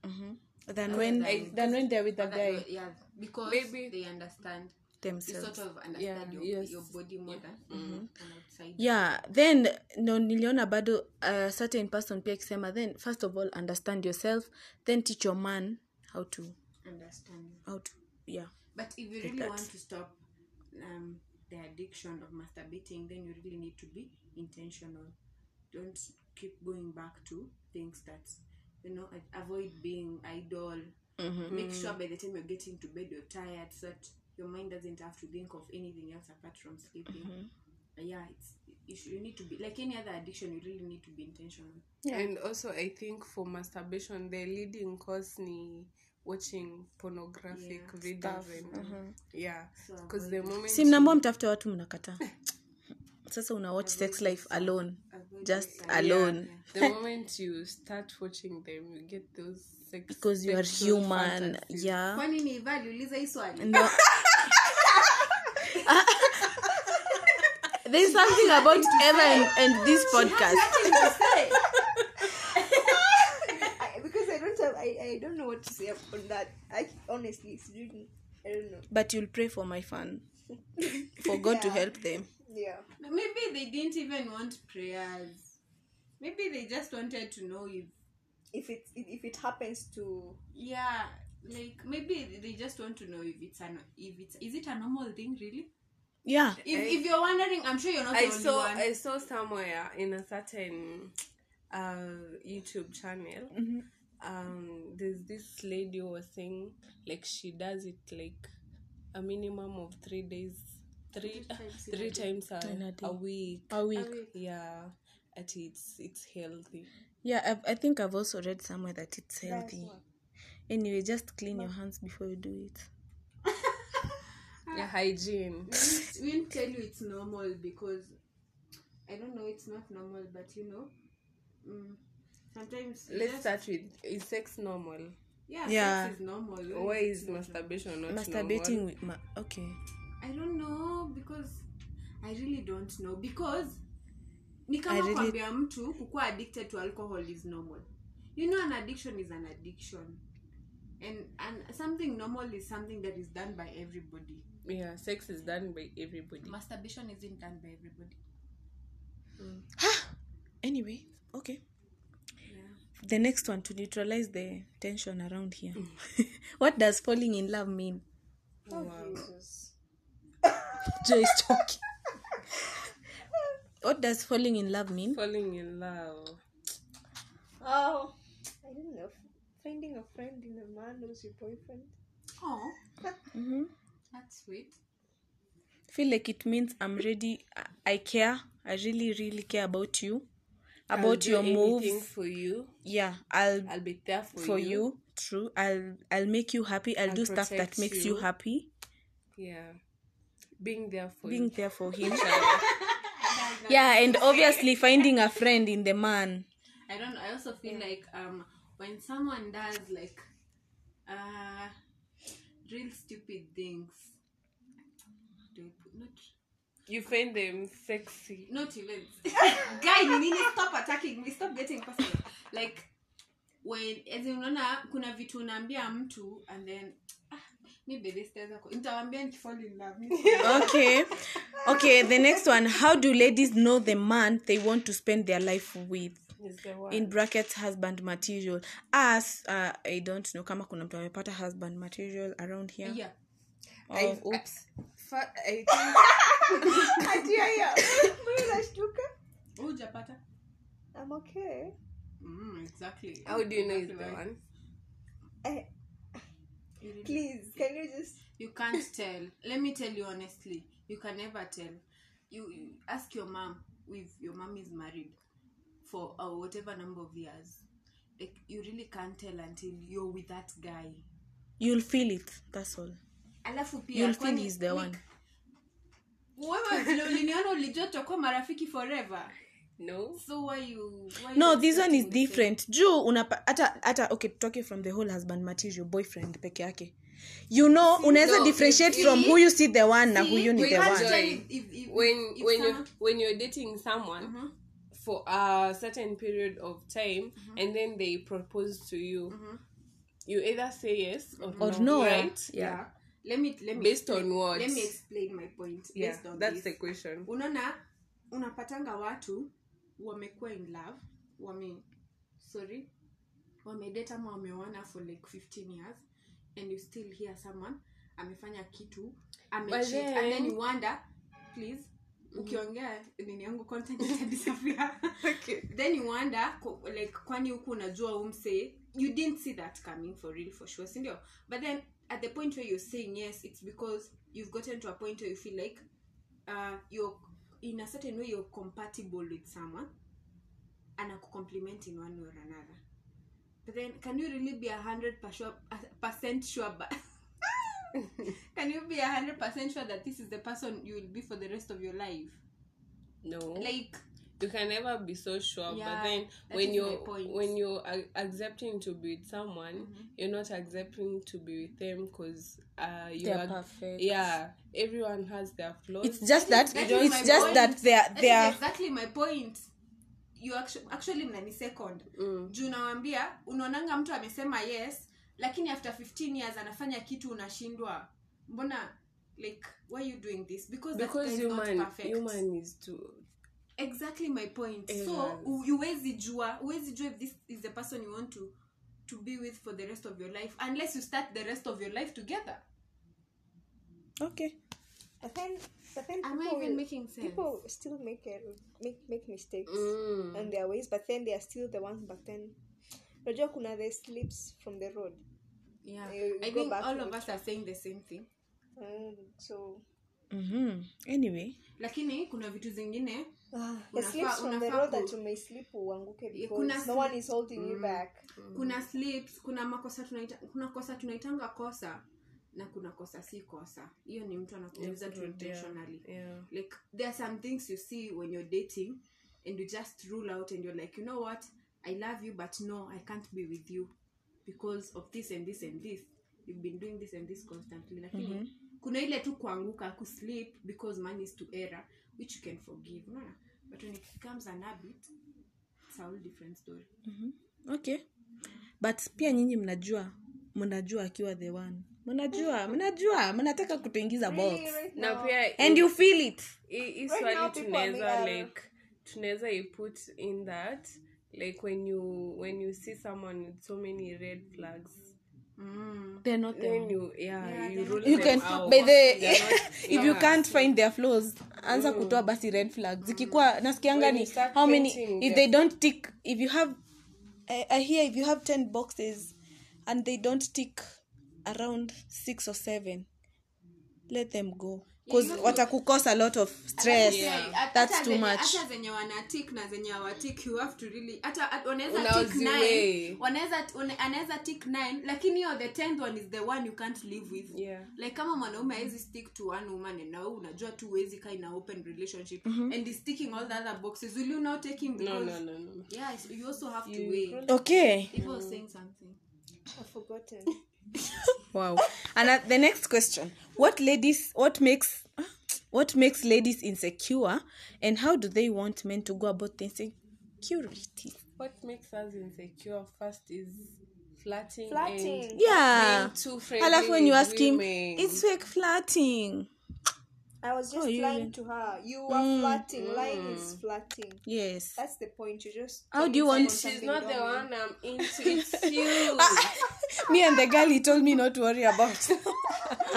S1: than when
S4: I-
S1: than when they're with Mm. the
S4: But that
S1: guy
S4: way, yeah, because
S2: Maybe-
S4: they understand. They
S1: themselves
S4: sort of understand
S2: Yeah,
S4: your,
S2: yes.
S4: your body more than an outside.
S1: Mm-hmm. yeah then no niliona bado a certain person pia akisema then first of all understand yourself then teach your man how to
S4: Understand.
S1: how to yeah
S4: But if you really want to stop um, the addiction of masturbating, then you really need to be intentional. Don't keep going back to things that, you know, a- avoid being idle.
S1: Mm-hmm.
S4: Make sure
S1: Mm.
S4: by the time you're getting to bed, you're tired, so that your mind doesn't have to think of anything else apart from sleeping.
S1: Mm-hmm.
S4: Uh, Yeah, it's you, should, you need to be like any other addiction. You really need to be intentional.
S2: and also i think for masturbation the leading cause ni watching pornographic
S4: Yeah.
S2: videos and
S1: Mm-hmm.
S2: yeah
S4: So
S2: because the moment
S1: si mnaambua mtafute watu mnakataa sasa una watch sex life alone
S4: Avoid
S1: just
S4: it.
S1: alone
S2: yeah, the moment you start watching them you get those sex
S1: because you are
S2: sexual
S1: human
S2: fantasies.
S1: yeah
S4: Kwani ni Eva aliuliza hii swali?
S1: no. there's something about eva and, and this podcast
S3: I, because I don't have, I, I don't know what to say on that. I honestly, it's really, I don't know.
S1: but you'll pray for my fan for god to
S3: Yeah.
S1: help them
S3: Yeah.
S4: Maybe they didn't even want prayers. Maybe they just wanted to know if
S3: If it if, if it happens to
S4: yeah, like maybe they just want to know if it's an if it's is it a normal thing really?
S1: yeah
S4: If, if you're wondering, I'm sure you're not the
S2: I
S4: only
S2: saw
S4: one.
S2: I saw somewhere in a certain uh, YouTube channel. Um, there's this lady who was saying like she does it like a minimum of three days, three three times a,
S1: In a
S2: a
S1: day.
S2: week.
S1: a week
S2: Yeah, at it's it's healthy.
S1: yeah I, I think i've also read somewhere that it's healthy anyway just clean your hands before you do it
S2: Yeah, hygiene.
S4: we won't tell you it's normal because I don't know it's not normal, but you know, mm, sometimes you
S2: Let's
S4: just-
S2: start with is sex normal?
S4: yeah,
S1: Yeah.
S4: sex is normal.
S2: Why is masturbation not
S1: masturbating
S2: normal?
S1: with ma- okay
S4: I don't know because I really don't know because ni kama
S1: I really-
S4: kuambia mtu kukuwa addicted to alcohol is normal. You know an addiction is an addiction. And and something normal is something that is done by everybody.
S2: Yeah, sex is done by everybody.
S4: Masturbation isn't done by everybody.
S1: anyway okay the next one to neutralize the tension around here what does falling in love mean joy is talking what does falling in love mean
S2: Falling in love.
S3: oh I don't know. Finding a friend in a man who's your boyfriend.
S4: Oh,
S1: Mm-hmm.
S2: That's sweet.
S1: Feel like it means I'm ready. I- I care. I really, really care about you, about your
S2: Anything
S1: moves.
S2: for you.
S1: Yeah, I'll
S2: I'll be there for,
S1: for you. True. I'll I'll make you happy. I'll,
S2: I'll
S1: do stuff that
S2: protect
S1: makes you,
S2: you.
S1: happy.
S2: Yeah. Being there for
S1: Being
S2: you.
S1: there for him. yeah, and obviously finding a friend in the man.
S4: I don't. I also feel like um when someone does like uh real stupid things. um, Do I put- Not
S2: You find them sexy.
S4: not even guy ni nini stop attacking me stop getting personal like when as in unaona kuna vitu unaambia mtu and then ah, mi bedhi sitaweza ku- nitawambia nikifall in love mi-
S1: Okay. Okay, the next one. How do ladies know the man they want to spend their life with?
S2: Is the word.
S1: in brackets husband material as uh, i don't know kama kuna mtu amepata husband material around here
S4: yeah
S1: oh, oops
S3: Fa- I think. Ati ya ya. Mbona unashtuka?
S4: Wewe Oh, hujapata
S3: I'm okay.
S4: mm, exactly
S2: How do you know it's
S4: Exactly
S2: the
S4: right.
S2: one?
S3: Eh,
S4: You really-
S3: please, can you just
S4: you can't tell let me tell you honestly you can never tell you, you ask your mom if your mom is married for uh, whatever number of years like you really can't tell until you're with that guy
S1: you'll feel it that's all
S4: alafu pia
S1: you'll think
S4: kwani-
S1: he's the
S4: like,
S1: one
S4: wewe vile uliniona ulijua tutakuwa marafiki forever
S2: No.
S4: so why you why
S1: no
S4: you
S1: this one is
S4: expecting the same?
S1: different juu unapa- hata hata okay tutoke from the whole husband material boyfriend peke yake you know unaweza
S2: no,
S1: differentiate
S2: see,
S1: from huyu si the one na
S4: See,
S1: huyu ni
S4: we
S1: the
S4: can't
S1: one
S4: tell
S2: one.
S4: if- if- if-
S2: when
S4: if
S2: when you
S4: someone-
S2: when you're dating someone
S1: Mm-hmm.
S4: Mhm.
S2: for a certain period of time
S1: Mm-hmm.
S2: and then they propose to you you either say yes or,
S1: or no
S2: right
S1: yeah
S4: let me let me
S2: Based
S4: explain-
S2: on what?
S4: let me explain my point
S2: yeah
S4: based on
S2: that's
S4: this.
S2: the question
S4: unaona unapatanga watu wamekuwa in love wame sorry wamedate ama wameoana for like 15 years and you still hear someone amefanya kitu amecheat
S2: then-
S4: and then you wonder please ukiongea nini yangu content itadisappear
S2: okay
S4: then you wonder ko- like kwani huku unajua umse you didn't see that coming for real for sure sindio but then at the point where you're saying yes it's because you've gotten to a point where you feel like uh, you're in a certain way you're compatible with someone anakucompliment in one way or another but then can you really be a hundred per sure- percent sure but can you be a hundred percent sure that this is the person you will be for the rest of your life
S2: no
S4: like
S2: you can never be so sure
S4: Yeah,
S2: but then
S4: that
S2: when
S4: is
S2: you're
S4: my point. Mm-hmm.
S2: when you're a- accepting to be with someone you're not accepting to be with them because uh you
S1: They're
S2: are
S1: perfect.
S2: yeah everyone has their flaws
S1: it's just that
S4: That is
S1: it's
S4: my
S1: just
S4: point.
S1: that they're
S4: That is
S1: they're
S4: exactly my point you actu- actually mnani second
S2: Mm.
S4: juu nawambia unaonanga mtu amesema yes lakini after 15 years anafanya kitu unashindwa mbona like why you doing this because, that guy
S2: because
S4: is not
S2: human
S4: perfect.
S2: human is too
S4: exactly my point so
S2: Errors.
S4: u- huwezi jua huwezi jua if this is the person you want to to be with for the rest of your life unless you start the rest of your life together
S1: okay
S3: But then, but then
S4: Am I
S3: people
S4: even
S3: will-
S4: making sense?
S3: People still make error- make make mistakes
S2: Mm.
S3: on their ways, but then they are still the ones back then. Unajua kuna the slips from the road.
S4: yeah
S3: You- you
S4: i
S3: go
S4: think
S3: back
S4: all
S3: to
S4: of
S3: the
S4: us are saying the same thing
S3: Mm, so
S1: mhm anyway
S4: lakini kuna vitu zingine
S3: ah, the
S4: Unafaa-
S3: slips from the
S4: unafaa
S3: road
S4: ku-
S3: that you may slip uanguke
S4: Yeah, kuna
S3: because no
S4: slip-
S3: one is holding you back.
S4: kuna slips kuna makosa tunaita kuna kosa tunaitanga kosa na kuna kosa si kosa hiyo ni mtu anakuuza tu intentionally
S2: yeah
S4: like there are some things you see when you're dating and you just rule out and you're like you know what i love you but no i can't be with you because of this and this and this you've been doing this and this constantly lakini kuna ile tu kuanguka kuslip because man is to error which you can forgive unaona but when it becomes an habit it's a whole different story
S1: okay but pia nyinyi mnajua mnajua akiwa the one mnajua mnajua mnataka kutuingiza box
S3: Really, right
S2: now
S3: now,
S2: pia
S1: and you feel it
S2: hii
S3: Right now,
S2: swali
S3: people
S2: tunaweza
S3: are-
S2: like tunaweza iput in that like when you when you see someone with so many red flags
S1: they're not the
S2: then
S1: one.
S2: you yeah, you rule
S1: you
S2: them
S1: can
S2: out.
S1: by the
S2: They're not-
S1: if you can't find their flaws anza kutoa basi red flag zikikuwa nasikianga
S2: Mm. When
S1: ni
S2: you start
S1: how many
S2: painting
S1: if
S2: the-
S1: they don't tick if you have I, I hear if you have 10 boxes and they don't tick around 6 or 7 let them go because watakukosa a lot of stress
S4: Hata
S1: that's too
S4: zenye-
S1: much
S4: hata zenye wanatik na zenye hawatik you have to really hata hata- wanaweza tik
S2: Unaoziweigh.
S4: nine wanaweza wana- anaweza tik nine lakini hiyo the tenth one is the one you can't live with
S2: Yeah.
S4: like kama mwanaume awezi stick to one woman and now unajua tu uwezi ka in a open relationship and is sticking all the other boxes will you now take him
S2: Mhm. no
S4: because
S2: no no no
S4: yeah so you also have to weigh
S1: okay
S4: people are saying something
S3: I've forgotten.
S1: wow and uh, the next question what ladies what makes what makes ladies insecure and how do they want men to go about the insecurity
S2: what makes us insecure first is flirting
S3: Flirting.
S2: and
S1: yeah
S2: being too friendly
S1: alafu when you
S2: with
S1: ask him
S2: women.
S1: it's fake flirting
S3: I was just
S1: Oh, you- Mm,
S3: lying to her. You were flirting. Lying is flirting.
S1: yes
S3: That's the point. You just.
S1: How do you
S3: telling
S1: want-
S2: and
S1: She's
S3: someone
S2: she's
S3: something
S2: not
S3: you
S2: the
S3: don't
S2: one i'm into it's you
S1: me and the girl he told me not to worry about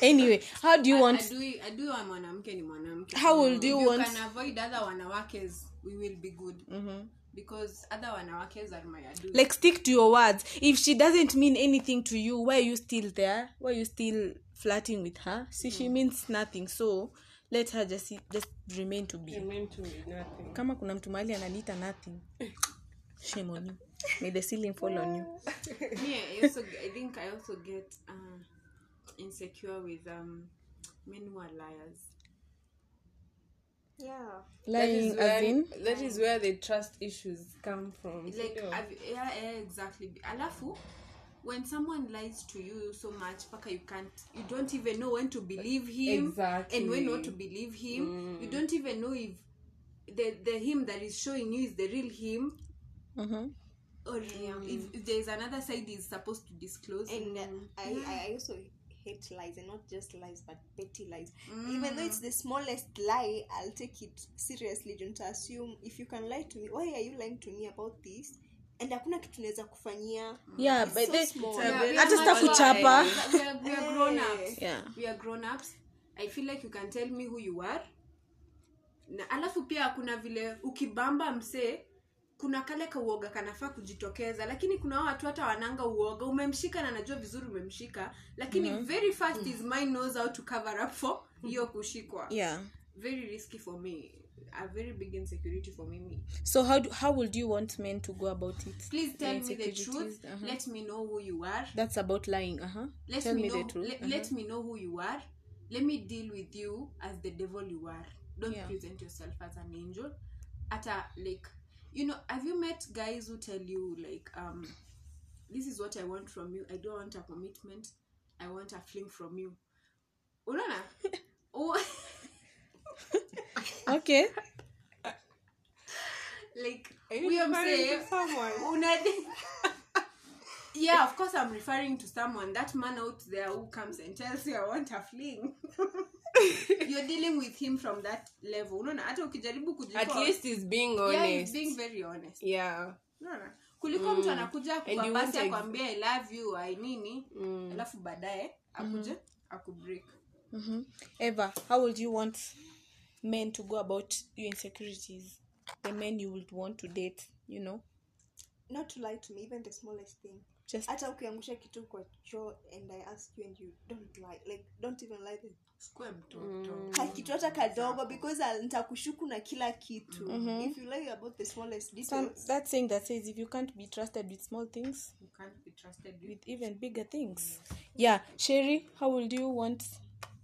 S1: anyway how do you want
S4: adui adui wa mwanamke ni mwanamke Mm.
S1: How would you
S4: If you
S1: want-
S4: can avoid other wanawakes we will be good
S1: Mm-hmm.
S4: because other wanawakes are my adui
S1: like stick to your words if she doesn't mean anything to you why are you still there why are you still flirting with her see she means nothing so let her just just remain to be
S2: Remain to be nothing
S1: kama kuna mtu mahali ananiita nothing shame on you may the ceiling fall on you
S4: me I also I think I also get uh, insecure with um men who are liars.
S3: do. Yeah.
S2: That is
S1: lying as
S2: where-
S1: in
S2: that is where the trust issues come from
S4: Like
S2: Ndio.
S4: I've, yeah, yeah exactly. Alafu when someone lies to you so much paka you can't you don't even know when to believe him and when not to
S2: Exactly.
S4: believe him. You don't even know if the the him that is showing you is the real him Mm-hmm.
S1: Mhm.
S4: or if, if there is another side he's supposed to disclose.
S3: Mm.
S4: Mm.
S3: and uh, I,
S1: Mm.
S3: I I also hate lies and not just lies but petty lies even though it's the smallest lie i'll take it seriously don't assume if you can lie to me why are you lying to me about this and hakuna kitu naweza kufanyia
S1: yeah
S3: It's
S1: but
S3: so
S1: they-
S3: small.
S4: Yeah, we are
S1: hata
S4: not-
S1: sitakuchapa
S4: we are, we are grown ups
S1: Yeah.
S4: we are grown ups i feel like you can tell me who you are na alafu pia kuna vile ukibamba msee kuna kale kauoga kanafaa kujitokeza lakini kuna hao watu hata wananga uoga umemshika na najua vizuri umemshika lakini very fast his mind knows how to cover up for hiyo kushikwa
S1: yeah
S4: very risky for me a very big insecurity for me me
S1: so how do, how would you want men to go about it
S4: please tell me the
S1: Insecurities,
S4: truth
S1: uh-huh.
S4: let me know who you are
S1: that's about lying uh-huh
S4: let
S1: tell
S4: me,
S1: me,
S4: know
S1: the truth
S4: let,
S1: uh-huh.
S4: let me know who you are let me deal with you as the devil you are don't
S1: Yeah.
S4: present yourself as an angel at a like you know have you met guys who tell you like um this is what i want from you i don't want a commitment i want a fling from you unaona Oh,
S1: okay
S4: like huyo msee una- yeah of course i'm referring to someone that man out there who comes and tells you i want a fling you're dealing with him from that level unaona hata ukijaribu kujiforce-
S2: at least is being
S4: yeah, he's
S2: honest
S4: being very honest
S2: yeah
S4: unaona kuliko mtu anakuja
S2: you won't
S4: kubabasi
S2: ex- Mm.
S4: akwambia i love you i nini alafu baadaye akuje
S2: Mm-hmm.
S4: akubreak
S1: Eva, how would you want men to go about your insecurities? The men you would want to date, you know?
S3: not to lie to me even the smallest thing
S1: Just
S3: hata ukiangusha kitu kwa choo and i ask you and you don't lie like don't even lie the
S4: sikue mtoto
S2: Mm.
S3: kakitu hata kadogo because I'll- nitakushuku na kila kitu if you lie about the smallest
S1: some,
S3: details
S1: that saying that says if you can't be trusted with small things,
S4: you can't be trusted with
S1: with even bigger things. Yeah, Sherry, how would you want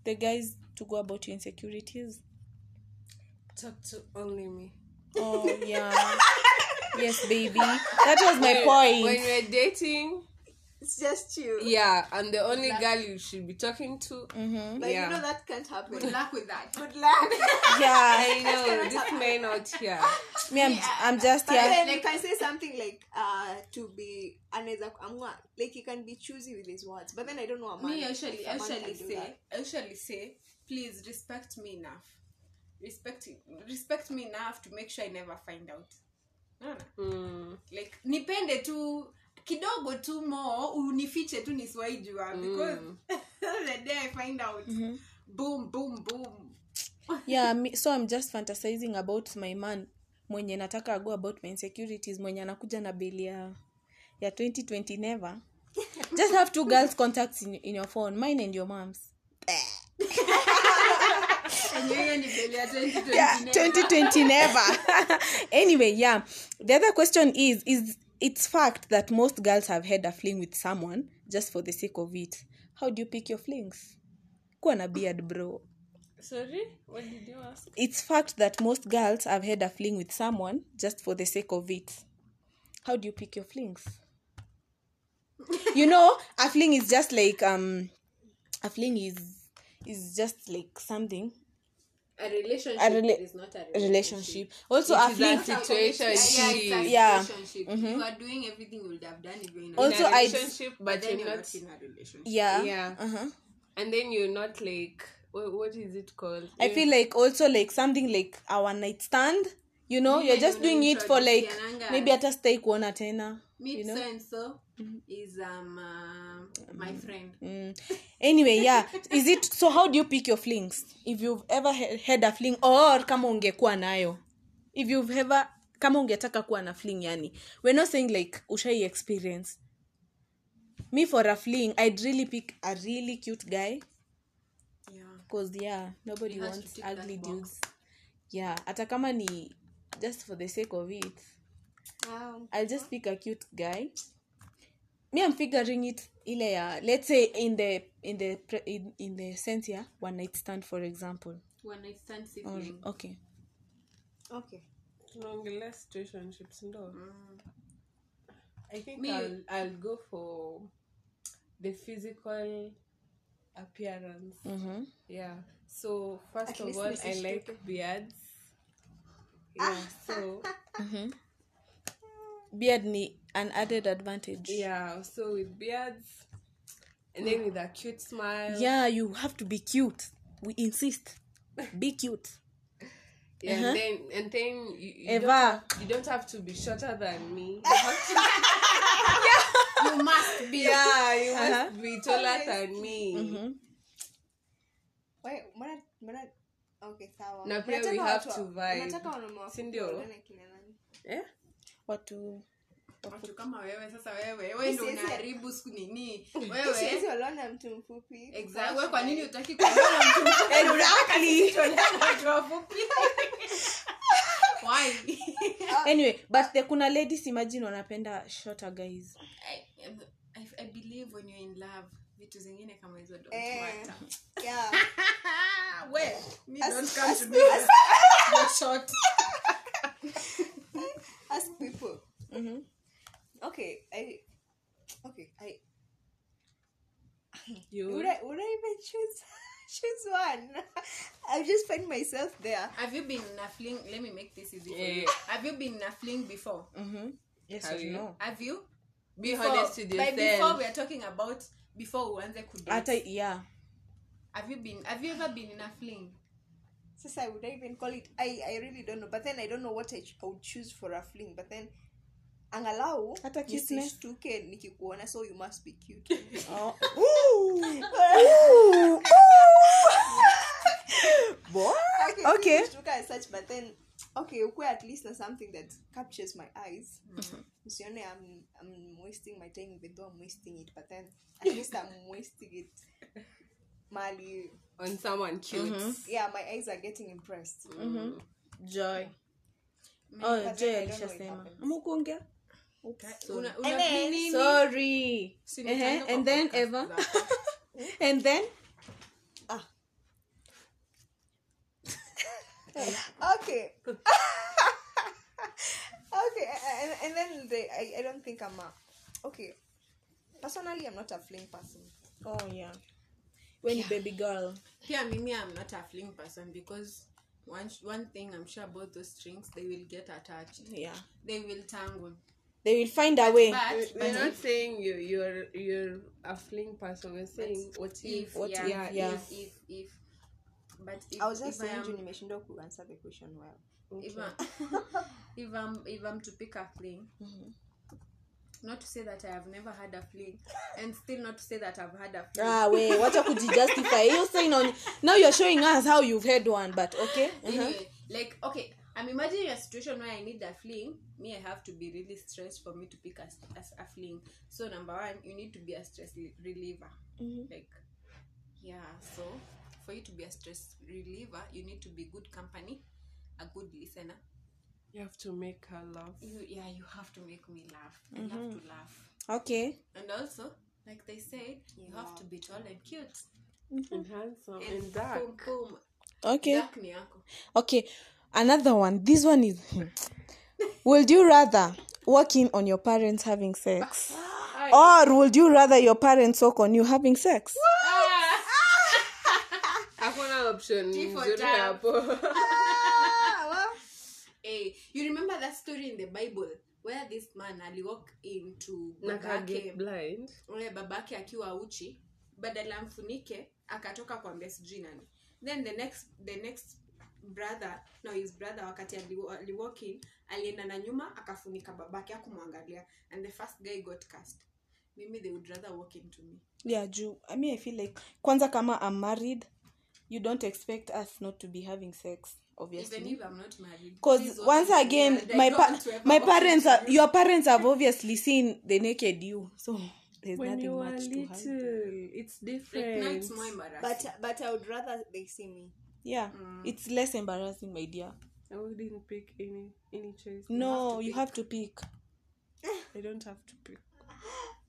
S1: the guys to go about your insecurities?
S2: talk to only me
S1: Oh, yeah. yes, baby. That was my
S2: when
S1: point.
S2: we're dating
S3: it's just you
S2: yeah i'm the only girl you should be talking to
S3: like
S2: Yeah.
S3: you know that can't happen
S4: good luck with that
S3: good luck.
S1: Yeah,
S2: i know this man out here
S1: me, I'm, I'm just
S3: But
S1: here.
S3: then you can say something like uh to be anaweza amua like he can be choosy with his words. But then I don't know a man.
S4: me I usually
S3: if a
S4: I
S3: man can
S4: usually
S3: do
S4: say
S3: that.
S4: I usually say please respect me enough respect respect me enough to make sure I never find out Unaona? like nipende tu kidogo tu more unifiche tu nisiwaijua because the day I find out boom boom boom
S1: yeah me, so i'm just fantasizing about my man mwenye nataka go about my insecurities mwenye anakuja na beli ya ya 2020 never just have two girls contacts in, in your phone mine and your moms
S4: Yenye hiyo ni beli ya 2020
S1: yeah,
S4: never.
S1: 2020 never anyway yeah the other question is is it's fact that most girls have had a fling with someone just for the sake of it how do you pick your flings kuwa na beard bro
S2: Sorry, what did you ask?
S1: it's fact that most girls have had a fling with someone just for the sake of it how do you pick your flings you know a fling is just like um a fling is is just like something
S4: A relationship
S1: A rela-
S4: is not a
S1: relationship also a
S2: is a
S1: fling
S2: situation.
S4: Yeah, it's a
S1: Yeah.
S4: relationship. You are doing everything you would have done if you're in a
S1: Also,
S2: in a
S1: I-
S2: relationship, but
S4: but then
S2: you're
S4: you're not
S2: not.
S4: in a relationship.
S1: yeah
S2: Yeah.
S1: uh-huh
S2: And then you're not like, what, what is it called?
S1: I feel like also like something like a one night stand. You know, you're just doing it for like
S4: Mnajadiliananga.
S1: maybe hata stay kuona tena.
S4: Meet
S1: You know?
S4: so and so
S3: Mm-hmm.
S4: is um uh, my friend.
S1: Mm. Anyway, yeah. Is it so how do you pick your flings? If you've ever he- had a fling or kama ungekuwa nayo. If you've ever kama ungetaka kuwa na fling yani. We're not saying like ushai experience. Me for a fling, I'd really pick a really cute guy
S4: Yeah.
S1: because yeah nobody
S4: He has to
S1: wants
S4: tick that
S1: ugly
S4: box.
S1: dudes yeah hata kama ni just for the sake of it
S3: Wow.
S1: i'll just pick a cute guy me i'm figuring it ile ya let's say in the in the pre- in, in the sense ya one night stand for example
S4: When I stand
S1: or
S2: Mm.
S4: sibling.
S1: okay
S3: Okay.
S2: Long situationships, no.
S4: Mm.
S2: I think
S4: Me-
S2: I'll, I'll go for the physical appearance.
S1: mm-hmm.
S2: Yeah. So first
S3: At
S2: of
S3: least
S2: all,
S3: Mrs.
S2: I like beards. Yeah. so
S1: Mm-hmm. beard ni an added advantage
S2: yeah. So with beards, and then with a cute smile.
S1: yeah you have to be cute we insist be cute
S2: Yeah,
S1: Uh-huh.
S2: And then and then you, you don't
S1: eva
S2: You don't have to be shorter than me. You have
S3: Oh.
S4: you must
S2: to-
S4: be
S2: yeah, you must
S1: Uh-huh.
S2: be taller than me.
S1: mm-hmm.
S3: Wait, mna mna okay, sawa.
S2: Na pia
S3: Mnataka
S2: we have
S3: watu wa-
S2: to vibe.
S3: mnataka wanaume wa-
S2: Si ndio?
S3: wafanane kina nani?
S2: Eh?
S1: watu
S4: watu kama wewe sasa wewe wewe ndo
S3: Yes, yes,
S4: unaharibu siku nini
S3: Siwezi
S4: wewe
S3: oleana mtu mfupi.
S4: exactly wewe kwa nini utaki kuolewa mtu
S3: Eh,
S1: exactly
S4: mwenye mtu mfupi why
S1: anyway but the kuna ladies imagine wanapenda shorter guys
S4: I, I, I believe when you're in love vitu zingine kama hizo don't
S3: Eh.
S4: matter
S3: Yeah.
S4: Ah, well me
S3: As-
S4: don't come
S3: as-
S4: to me with- with short
S3: As people.
S1: mm-hmm.
S3: Okay, I okay, I
S2: You
S3: would I would I even choose choose one? I just find myself there.
S4: have you been in a fling let me make this easy for
S2: Yeah.
S3: Eh.
S4: you have you been in a fling before
S1: Mm-hmm. yes
S2: Are
S1: or
S2: you?
S1: no
S4: have you
S2: be
S4: Before-
S2: honest with
S4: by before
S2: yourself.
S4: we are talking about before uanze kudate.
S1: hata yeah
S4: have you been have you ever been in a fling
S3: Since I would I even call it I I really don't know. But then I don't know what I, ch- I would choose for a fling. But then angalau
S1: Hata cuteness.
S3: nisishtuke nikikuona so you must be cute.
S1: oh. Ooh. Ooh. Ooh. Boy.
S3: okay,
S1: Okay.
S3: nisishtuke as such but then okay ukwe at least na something that captures my eyes usione I'm, i'm wasting my time even though i'm wasting it but then at least i'm wasting it mali
S2: on someone cute.
S1: Mm-hmm.
S3: yeah my eyes are getting impressed
S1: joy oh,
S3: but
S1: joy
S3: I don't know what
S1: alishasema
S3: happened.
S1: amukuongea
S4: Una- una-
S3: And then-
S4: nini-
S1: sorry
S4: Usinitange
S1: uh-huh.
S4: kwa
S1: and then
S4: podcast
S1: ever
S4: zako.
S1: and then
S3: Ah. okay okay and, and then they, I, I don't think i'm a okay personally i'm not a fling person
S1: oh yeah when yeah. baby girl
S4: pia mimi i'm not a fling person because one, one thing i'm sure about those strings they will get attached
S1: yeah
S4: they will tangle
S1: they will find a way
S4: but
S2: We're not saying you you're you're a fling person. We're saying what if
S4: if
S1: What
S4: yeah,
S1: if,
S4: if,
S1: yeah.
S4: if if but if,
S3: i was just
S4: if,
S3: saying
S4: I'm,
S3: you nimeshindwa kuanswer the question well
S4: if, I'm, if i'm if i'm to pick a fling
S1: Mm-hmm.
S4: not to say that i have never had a fling and still not to say that i've had a fling
S1: ah, we wacha kujijustify hiyo sa inaoni now you're showing us how you've had one but okay uh-huh.
S3: Mm-hmm.
S4: anyway like okay i'm imagining a situation where i need a fling me i have to be really stressed for me to pick a, st- as a fling so number one you need to be a stress li- reliever
S1: Mm-hmm.
S4: like yeah so for you to be a stress reliever you need to be good company a good listener
S2: You have to make her laugh.
S4: you yeah you have to make me laugh i love
S1: Mm-hmm.
S4: to laugh
S1: okay
S4: and also like they said you have to be tall and cute
S1: Mm-hmm.
S2: And handsome
S4: and,
S2: and dark.
S4: boom boom
S1: okay
S4: dark ni yako
S1: okay another one this one is hmm. would you rather walk in on your parents having sex or would you rather your parents walk on you having sex
S2: Hakuna option nzuri
S4: tap.
S2: hapo.
S4: Eh, you remember that story in the bible where this man aliwalk into
S2: Na kage
S4: babake
S2: blind.
S4: eh, babake akiwa uchi badala amfunike akatoka kuambia sijui nani then the next the next brother no his brother wakati aliwo- aliwalk in alienda na nyuma akafunika babake akumwangalia and the first guy got cast mimi they would rather walk into me
S1: yeah juu i mean i feel like kwanza kama i'm married you don't expect us not to be having sex obviously
S4: even if i'm not married
S1: because
S4: please walk
S1: once
S4: into me
S1: again
S4: and I
S1: my
S4: don't
S1: pa-
S4: want to ever
S1: my
S4: walk
S1: parents
S4: into
S1: are, your parents have obviously seen the naked you so there's
S2: When
S1: nothing
S2: you are
S1: much to
S2: little,
S1: hide
S2: it's
S4: you. like
S2: different.
S4: now it's more embarrassing
S3: but but i would rather they see me
S1: yeah
S4: Mm.
S1: it's less embarrassing my dear
S2: I wouldn't pick any any choice.
S1: no you have to pick
S2: I don't have to pick.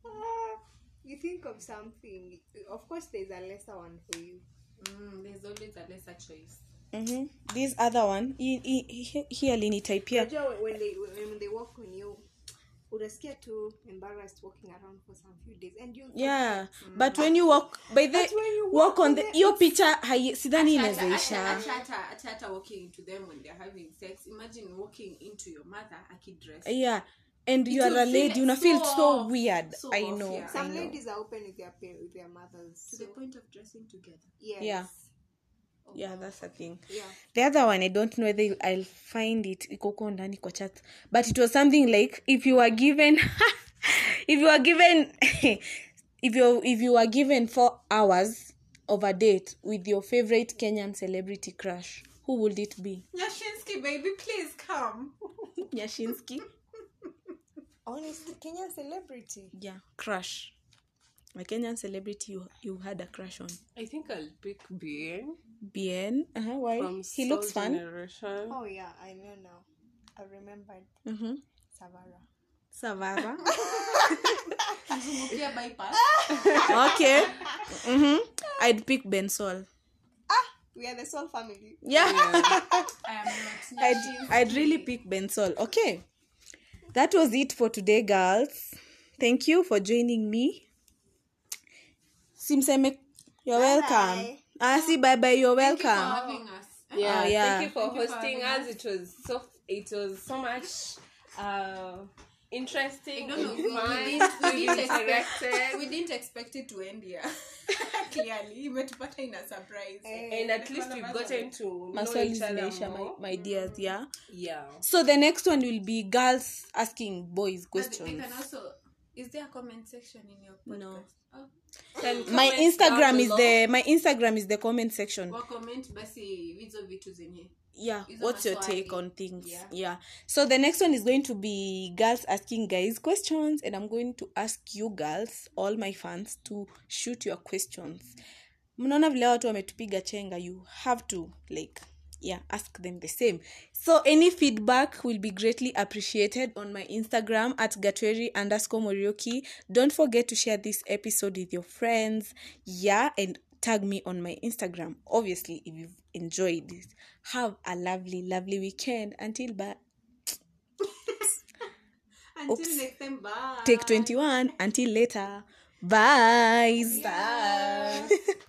S3: Ah, you think of something of course there's a lesser one for you
S4: mm, there's always a lesser choice
S1: mm-hmm. this other one hi- hi- hi- here lini type here
S3: Unajua when they when they walk on you unasikia too embarrassed walking around for some few days and you
S1: yeah but when you walk by the
S3: But when you
S1: walk
S3: walk
S1: on
S3: on
S1: the
S3: the-
S1: hiyo picha hai- sidhani
S4: Acha- acha-
S1: inawezaisha
S4: acha hata- acha hata walking into them when they're having sex imagine walking into your mother akidress
S1: yeah and you
S4: will
S1: are a
S4: feel
S1: lady una
S4: so
S1: feel so
S4: off,
S1: weird
S4: so
S1: i
S4: off,
S1: know
S4: yeah.
S1: i
S3: some
S1: know
S3: ladies are open with their pa- with their mothers
S4: to
S3: so,
S4: the point of dressing together
S3: yes.
S1: Yeah. yeah that's the thing
S3: yeah
S1: the other one i don't know whether i'll find it ikoko ndani kwa chat but it was something like if you were given if you were given if you if you were given four hours of a date with your favorite kenyan celebrity crush who would it be
S4: yashinsky baby please come
S1: yashinsky
S3: honestly kenyan celebrity
S1: yeah crush a kenyan celebrity you, you had a crush on
S2: I think I'll pick Bien
S1: bien uh-huh, why
S2: from
S1: he
S2: Soul
S1: looks fun
S2: Generation.
S3: oh yeah i know now i remembered
S1: mm-hmm.
S3: savara
S1: savara
S4: mkia bypass
S1: okay mm-hmm. i'd pick bensol
S3: we are the soul family
S1: yeah,
S4: i am not
S1: I'd, I'd really pick bensol okay that was it for today girls thank you for joining me simseme you're welcome
S3: Bye-bye.
S1: ah see bye bye you're welcome
S4: having us
S2: Yeah,
S1: Oh, yeah.
S2: thank you for
S4: Thank you for
S2: hosting
S4: having
S2: us. It was so it was so much uh,
S4: I
S2: interesting
S4: don't know,
S2: and
S4: we- we didn't-
S2: fun.
S4: we
S2: We
S4: didn't
S2: interacted,
S4: we didn't expect it to end here clearly imetupata ina surprise
S1: Eh.
S2: and at least we've gotten to know
S1: maswali
S2: each other
S1: zinaisha my,
S2: more.
S1: my dears yeah
S2: Yeah.
S1: so the next one will be girls asking boys
S4: But they
S1: questions
S4: can also is there a comment section in your podcast
S1: No.
S4: oh.
S2: Can
S1: my
S2: comment down
S1: instagram is
S2: below.
S1: the my instagram is the comment section
S4: wacomment basi hizo vitu zenye
S1: yeah
S4: Hizo
S1: what's your take
S4: maswali.
S1: on things yeah.
S4: Yeah.
S1: so the next one is going to be girls asking guys questions and i'm going to ask you girls all my fans to shoot your questions mnaona vile watu wametupiga chenga you have to like yeah ask them the same so any feedback will be greatly appreciated on my instagram at gatweri underscore morioki don't forget to share this episode with your friends yeah and tag me on my instagram obviously if you've enjoyed it have a lovely lovely weekend until ba-
S4: until
S1: Oops.
S4: next time bye
S1: take 21 until later bye, bye.